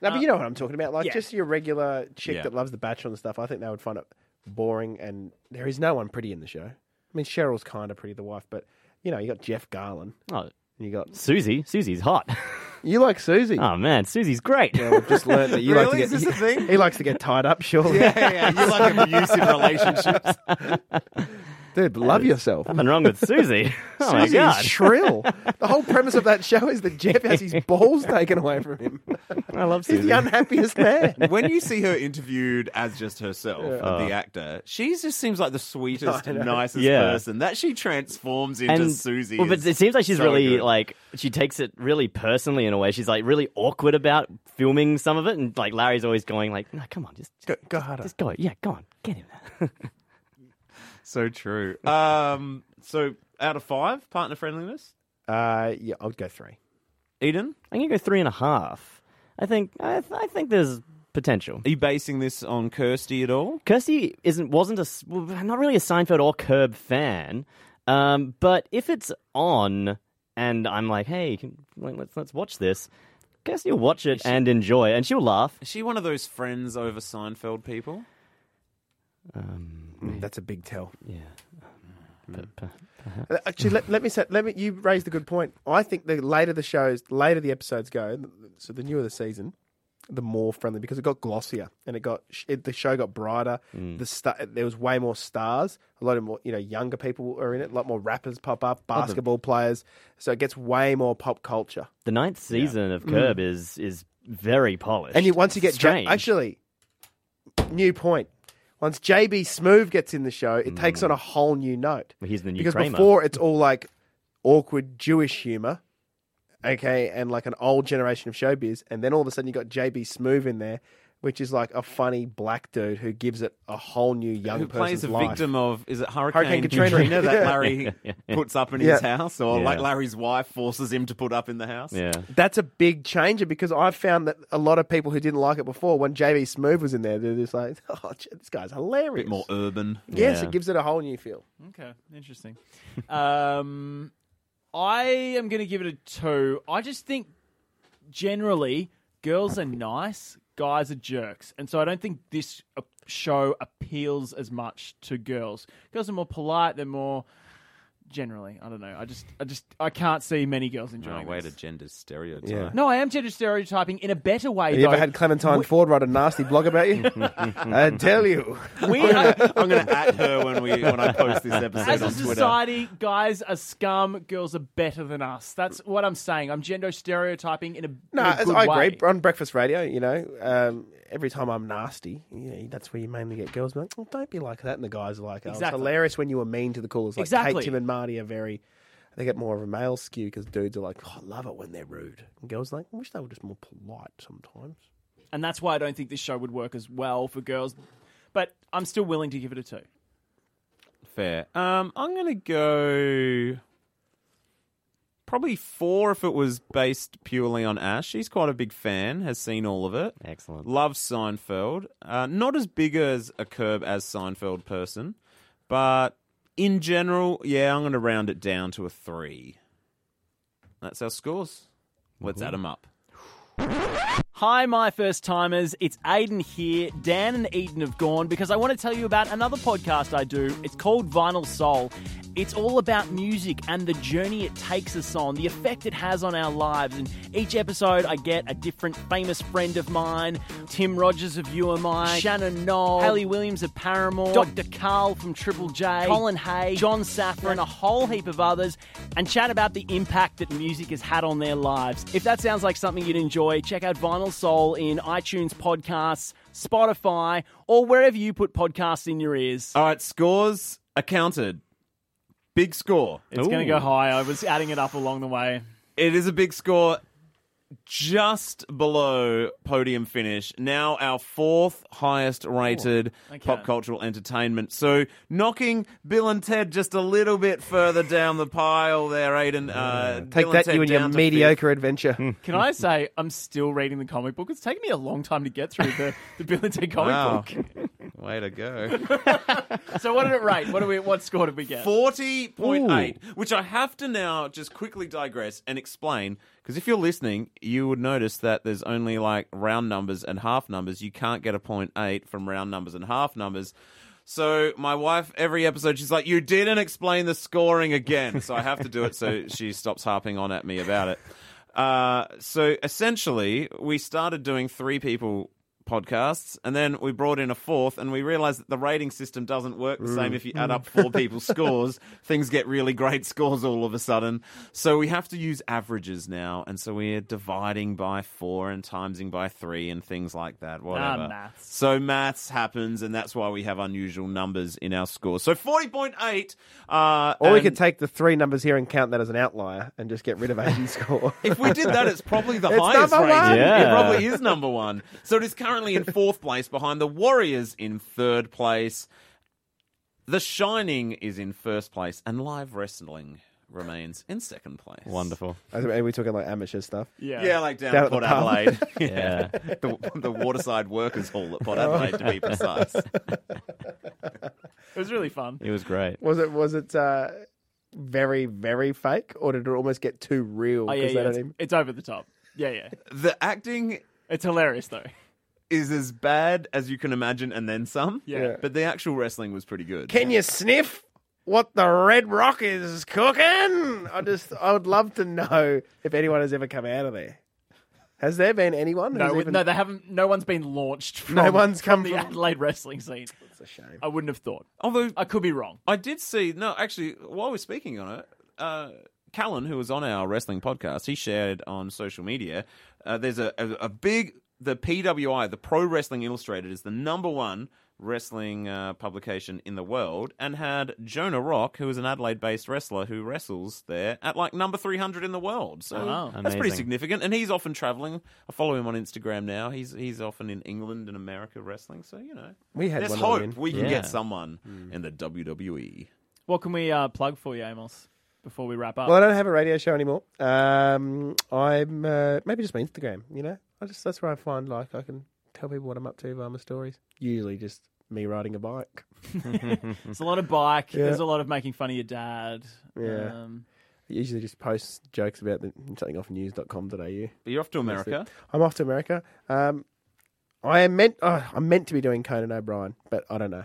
[SPEAKER 8] no, but you know what I'm talking about. Like
[SPEAKER 7] yeah.
[SPEAKER 8] just your regular chick
[SPEAKER 6] Yeah.
[SPEAKER 8] that loves The Bachelor and stuff. I think they would find it boring, and there is no one pretty in the show. I mean, Cheryl's kind of pretty, the wife, but you know, you got Jeff Garlin,
[SPEAKER 1] Oh,
[SPEAKER 8] and you got
[SPEAKER 1] Susie. Susie's hot.
[SPEAKER 8] you like Susie.
[SPEAKER 1] Oh, man. Susie's great.
[SPEAKER 8] Yeah, we've just learned that you
[SPEAKER 6] Ah. Really?
[SPEAKER 8] like to get
[SPEAKER 6] Is this a thing?
[SPEAKER 8] he likes to get tied up. Surely,
[SPEAKER 6] yeah, you like abusive relationships.
[SPEAKER 8] dude, love yourself.
[SPEAKER 1] Nothing wrong with Susie. Oh, my
[SPEAKER 8] Susie is
[SPEAKER 1] God.
[SPEAKER 8] shrill. The whole premise of that show is that Jeff has his balls taken away from him.
[SPEAKER 1] I love
[SPEAKER 8] He's
[SPEAKER 1] Susie.
[SPEAKER 8] the unhappiest man.
[SPEAKER 6] when you see her interviewed as just herself, the actor, she just seems like the sweetest, nicest
[SPEAKER 1] Uh. Yeah.
[SPEAKER 6] person that she transforms into Susie.
[SPEAKER 1] Well, but
[SPEAKER 6] is
[SPEAKER 1] it seems like she's
[SPEAKER 6] so
[SPEAKER 1] really
[SPEAKER 6] good.
[SPEAKER 1] like she takes it really personally in a way. She's like really awkward about filming some of it, and like Larry's always going like, "No, come on, just
[SPEAKER 8] Go, go harder.
[SPEAKER 1] just go, yeah, go on, get him."
[SPEAKER 6] so true. Um, so out of five, partner friendliness,
[SPEAKER 8] Uh, yeah, I would go three.
[SPEAKER 6] Eden.
[SPEAKER 1] I'm gonna go three and a half. I think I, th- I think there's potential.
[SPEAKER 6] Are you basing this on Kirsty at all?
[SPEAKER 1] Kirsty isn't wasn't a s- well, not really a Seinfeld or Curb fan, um, but if it's on and I'm like, hey, can, like, let's let's watch this. Kirsty will watch it and enjoy, it, and she'll laugh.
[SPEAKER 6] Is she one of those friends over Seinfeld people?
[SPEAKER 1] Um,
[SPEAKER 8] Mm, that's a big tell.
[SPEAKER 1] yeah.
[SPEAKER 8] Mm.
[SPEAKER 1] But, but-
[SPEAKER 8] Uh, Actually, let, let me say, let me. You raised a good point. I think the later the shows, later the episodes go, so the newer the season, the more friendly because it got glossier and it got sh- it, the show got brighter. The sta there was way more stars. A lot of more, you know, younger people are in it. A lot more rappers pop up, basketball players. So it gets way more pop culture.
[SPEAKER 1] the ninth season of Curb is is very polished.
[SPEAKER 8] Mm. And you, once you get J-
[SPEAKER 1] Strange.
[SPEAKER 8] actually, new point. Once JB Smoove gets in the show, it takes on a whole new note.
[SPEAKER 1] Mm. Well, he's the new
[SPEAKER 8] because
[SPEAKER 1] Kramer.
[SPEAKER 8] before it's all like awkward Jewish humor, okay, and like an old generation of showbiz, and then all of a sudden you got JB Smoove in there which is like a funny black dude who gives it a whole new young
[SPEAKER 6] Who plays
[SPEAKER 8] person's
[SPEAKER 6] a
[SPEAKER 8] life.
[SPEAKER 6] victim of is it Hurricane,
[SPEAKER 8] Hurricane Katrina.
[SPEAKER 6] that
[SPEAKER 8] Yeah.
[SPEAKER 6] Larry puts up in his
[SPEAKER 8] Yeah.
[SPEAKER 6] house, or
[SPEAKER 1] Yeah.
[SPEAKER 6] like Larry's wife forces him to put up in the house?
[SPEAKER 1] Yeah.
[SPEAKER 8] That's a big changer because I've found that a lot of people who didn't like it before, when JV Smooth was in there, they're just like, "Oh, gee, this guy's
[SPEAKER 6] a
[SPEAKER 8] hilarious."
[SPEAKER 6] bit more urban.
[SPEAKER 8] Yes,
[SPEAKER 1] Yeah.
[SPEAKER 8] it gives it a whole new feel.
[SPEAKER 7] Okay, interesting. um, I am going to give it a two. I just think generally girls are nice, guys are jerks, and so I don't think this uh, show appeals as much to girls. Girls are more polite. They're more generally. I don't know. I just, I just, I can't see many girls
[SPEAKER 6] No
[SPEAKER 7] enjoying.
[SPEAKER 6] way to
[SPEAKER 7] this.
[SPEAKER 6] gender stereotype.
[SPEAKER 8] Yeah.
[SPEAKER 7] No, I am gender stereotyping in a better way.
[SPEAKER 8] Have you
[SPEAKER 7] though.
[SPEAKER 8] ever had Clementine Ford write a nasty blog about you? I tell you,
[SPEAKER 7] we are,
[SPEAKER 6] I'm going to at her when we when I post this episode
[SPEAKER 7] As
[SPEAKER 6] on
[SPEAKER 7] a
[SPEAKER 6] Twitter.
[SPEAKER 7] society, guys are scum. Girls are better than us. That's what I'm saying. I'm gender stereotyping in a
[SPEAKER 8] no,
[SPEAKER 7] in a
[SPEAKER 8] as
[SPEAKER 7] good
[SPEAKER 8] I
[SPEAKER 7] way.
[SPEAKER 8] agree. On breakfast radio, you know, um, every time I'm nasty, you know, that's where you mainly get girls. Like, oh, don't be like that, and the guys are like, oh,
[SPEAKER 7] Exactly.
[SPEAKER 8] it's hilarious when you were mean to the callers. Like
[SPEAKER 7] Exactly.
[SPEAKER 8] Kate, Tim, and Marty are very. They get more of a male skew because dudes are like, oh, I love it when they're rude. And girls are like, I wish they were just more polite sometimes.
[SPEAKER 7] and that's why I don't think this show would work as well for girls. But I'm still willing to give it a two.
[SPEAKER 6] Fair. Um, I'm going to go probably four if it was based purely on Ash. She's quite a big fan, has seen all of it.
[SPEAKER 1] Excellent.
[SPEAKER 6] Loves Seinfeld. Uh, not as big as a curb as Seinfeld person, but in general, yeah, I'm going to round it down to a three. That's our scores. Let's add 'em add them up.
[SPEAKER 7] Hi, my first timers. It's Aiden here. Dan and Eden have gone because I want to tell you about another podcast I do. It's called Vinyl Soul. It's all about music and the journey it takes us on, the effect it has on our lives. And each episode, I get a different famous friend of mine Tim Rogers of UMI, Shannon Knoll, Haley Williams of Paramore, Dr. Carl from Triple J, Colin Hay, John Safran, and a whole heap of others, and chat about the impact that music has had on their lives. If that sounds like something you'd enjoy, check out Vinyl Soul in iTunes podcasts, Spotify, or wherever you put podcasts in your ears.
[SPEAKER 6] All right, scores accounted. Big score.
[SPEAKER 7] It's going to go high. I was adding it up along the way.
[SPEAKER 6] It is a big score, just below podium finish. Now our fourth highest rated pop cultural entertainment. So knocking Bill and Ted just a little bit further down the pile there, Aiden. Uh,
[SPEAKER 8] Take
[SPEAKER 6] Bill
[SPEAKER 8] that,
[SPEAKER 6] Ted
[SPEAKER 8] you and your
[SPEAKER 6] down to
[SPEAKER 8] mediocre adventure.
[SPEAKER 7] Can I say I'm still reading the comic book? It's taken me a long time to get through the, the Bill and Ted comic
[SPEAKER 6] Wow.
[SPEAKER 7] book.
[SPEAKER 6] fifth. Oh, Way to go.
[SPEAKER 7] So what did it rate? What do we? What score did we get?
[SPEAKER 6] 40.8, which I have to now just quickly digress and explain. Because if you're listening, you would notice that there's only like round numbers and half numbers. You can't get a point eight from round numbers and half numbers. So my wife, every episode, she's like, "You didn't explain the scoring again," so I have to do it. So she stops harping on at me about it. Uh, so essentially, we started doing three people podcasts, and then we brought in a fourth, and we realized that the rating system doesn't work the
[SPEAKER 8] Mm.
[SPEAKER 6] same if you add up four people's scores. Things get really great scores all of a sudden. So we have to use averages now, and so we're dividing by four and timesing by three and things like
[SPEAKER 8] Ah,
[SPEAKER 6] that. Whatever.
[SPEAKER 7] maths.
[SPEAKER 6] So maths happens, and that's why we have unusual numbers in our scores. So forty point eight. Uh,
[SPEAKER 8] Or we
[SPEAKER 6] and-
[SPEAKER 8] could take the three numbers here and count that as an outlier and just get rid of Aiden's score.
[SPEAKER 6] If we did that, it's probably the
[SPEAKER 8] It's
[SPEAKER 6] highest
[SPEAKER 8] number
[SPEAKER 6] rating.
[SPEAKER 8] one.
[SPEAKER 1] Yeah.
[SPEAKER 6] It probably is number one. So it is currently in fourth place behind the Warriors in third place. The Shining is in first place, and live wrestling remains in second place.
[SPEAKER 1] Wonderful.
[SPEAKER 8] I think- Are we talking like amateur stuff?
[SPEAKER 7] Yeah.
[SPEAKER 6] Yeah, like down,
[SPEAKER 8] Down
[SPEAKER 6] at
[SPEAKER 8] at
[SPEAKER 6] Port
[SPEAKER 8] the pub.
[SPEAKER 6] Adelaide.
[SPEAKER 1] Yeah.
[SPEAKER 6] the, the Waterside Workers Hall at Port Adelaide, to be
[SPEAKER 8] Oh.
[SPEAKER 6] precise.
[SPEAKER 7] It was really fun.
[SPEAKER 1] It was great.
[SPEAKER 8] Was it was it uh, very very fake, or did it almost get too real?
[SPEAKER 7] Oh yeah,
[SPEAKER 8] 'Cause they
[SPEAKER 7] yeah
[SPEAKER 8] don't
[SPEAKER 7] it's,
[SPEAKER 8] even-
[SPEAKER 7] it's over the top. Yeah, yeah.
[SPEAKER 6] The acting
[SPEAKER 7] It's hilarious though.
[SPEAKER 6] is as bad as you can imagine, and then some.
[SPEAKER 7] Yeah. Yeah.
[SPEAKER 6] But the actual wrestling was pretty good.
[SPEAKER 8] Can you sniff what the Red Rock is cooking? I just I would love to know if anyone has ever come out of there. Has there been anyone?
[SPEAKER 7] No,
[SPEAKER 8] who's
[SPEAKER 7] we-
[SPEAKER 8] even-
[SPEAKER 7] no, they haven't. No one's been launched. From,
[SPEAKER 8] No one's come
[SPEAKER 7] from the
[SPEAKER 8] from-
[SPEAKER 7] Adelaide wrestling scene.
[SPEAKER 8] It's a shame.
[SPEAKER 7] I wouldn't have thought.
[SPEAKER 6] Although
[SPEAKER 7] I could be wrong.
[SPEAKER 6] I did see. No, actually, while we're speaking on it, uh, Callan, who was on our wrestling podcast, he shared on social media. Uh, there's a, a, a big the PWI, the Pro Wrestling Illustrated, is the number one wrestling uh, publication in the world and had Jonah Rock, who is an Adelaide based wrestler who wrestles there, at like number 300 in the world. So
[SPEAKER 7] Wow.
[SPEAKER 6] that's pretty
[SPEAKER 1] Amazing.
[SPEAKER 6] significant. And he's often traveling. I follow him on Instagram now. He's he's often in England and America wrestling. So, you know,
[SPEAKER 8] We had
[SPEAKER 6] there's
[SPEAKER 8] one
[SPEAKER 6] hope
[SPEAKER 8] of them.
[SPEAKER 6] we can
[SPEAKER 1] Yeah.
[SPEAKER 6] get someone in the E. WWE.
[SPEAKER 7] What can we uh, plug for you, Amos, before we wrap up?
[SPEAKER 8] Well, I don't have a radio show anymore. Um, I'm uh, maybe just my Instagram. You know, I just that's where I find like I can tell people what I'm up to via my stories. Usually, just me riding a bike.
[SPEAKER 7] It's a lot of bike.
[SPEAKER 8] Yeah.
[SPEAKER 7] There's a lot of making fun of your dad.
[SPEAKER 8] Yeah.
[SPEAKER 7] Um,
[SPEAKER 8] I usually, just post jokes about the, something off news.com.au.
[SPEAKER 6] But you're off to America.
[SPEAKER 8] I'm off to America. Um, I am meant. Oh, I'm meant to be doing Conan O'Brien, but I don't know.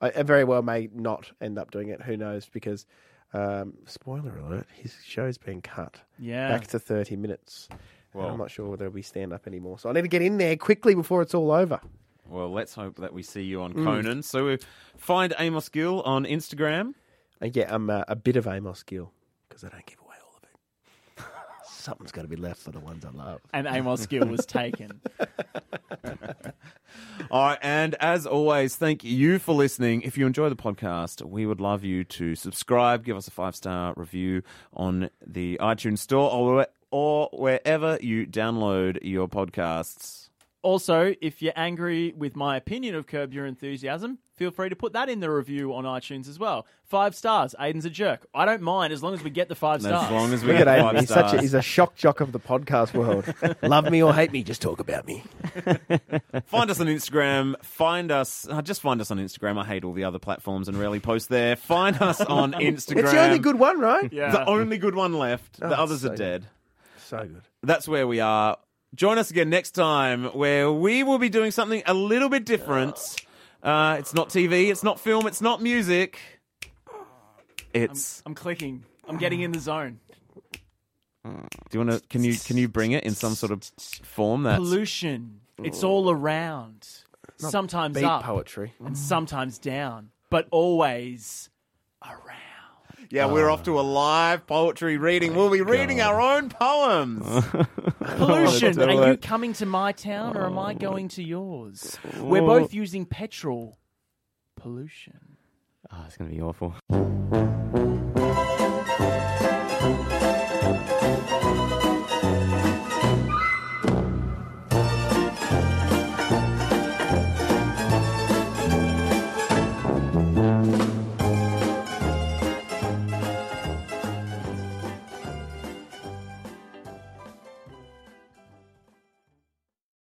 [SPEAKER 8] I, I very well may not end up doing it. Who knows? Because um, spoiler alert, his show's been cut
[SPEAKER 7] yeah.
[SPEAKER 8] back to 30 minutes. And
[SPEAKER 6] Well.
[SPEAKER 8] I'm not sure whether it'll be stand up anymore. So I need to get in there quickly before it's all over.
[SPEAKER 6] Well, let's hope that we see you
[SPEAKER 8] Hmm.
[SPEAKER 6] on Conan. So uh, find Amos Gill on Instagram.
[SPEAKER 8] And yeah, I'm uh, a bit of Amos Gill because I don't give away all of it. Something's got to be left for the ones I love.
[SPEAKER 7] And Amos Gill was taken.
[SPEAKER 6] All right, and as always, thank you for listening. If you enjoy the podcast, we would love you to subscribe, give us a five star review on the iTunes Store or, where- or wherever you download your podcasts.
[SPEAKER 7] also, if you're angry with my opinion of Curb Your Enthusiasm, feel free to put that in the review on iTunes as well. Five stars. Aiden's a jerk. I don't mind as long as we get the five
[SPEAKER 6] And
[SPEAKER 7] stars.
[SPEAKER 6] As long as we
[SPEAKER 8] Look
[SPEAKER 6] get
[SPEAKER 8] at Aiden.
[SPEAKER 6] five
[SPEAKER 8] He's, such a,
[SPEAKER 6] stars.
[SPEAKER 8] he's a shock jock of the podcast world. love me or hate me, just talk about me.
[SPEAKER 6] Find us on Instagram. Find us. Uh, just find us on Instagram. I hate all the other platforms and rarely post there. Find us on Instagram.
[SPEAKER 8] It's the only good one, right?
[SPEAKER 7] Yeah.
[SPEAKER 6] The only good one Oh, left. the others
[SPEAKER 8] so
[SPEAKER 6] are dead.
[SPEAKER 8] So good.
[SPEAKER 6] that's where we are. Join us again next time where we will be doing something a little bit different. Uh, it's not TV, it's not film, it's not music. It's.
[SPEAKER 7] I'm clicking. I'm getting in the zone.
[SPEAKER 6] Do you want to? Can you can you bring it in some sort of form that?
[SPEAKER 7] Pollution. It's all around. Sometimes
[SPEAKER 8] Beat
[SPEAKER 7] up
[SPEAKER 8] poetry.
[SPEAKER 7] and sometimes down, but always around.
[SPEAKER 6] Yeah, we're off to a live poetry reading. We'll be reading our own poems.
[SPEAKER 7] Pollution.
[SPEAKER 8] do
[SPEAKER 7] Are you
[SPEAKER 8] it.
[SPEAKER 7] coming to my town or am I going to yours? We're both using petrol. Pollution.
[SPEAKER 1] Oh, it's going to be awful.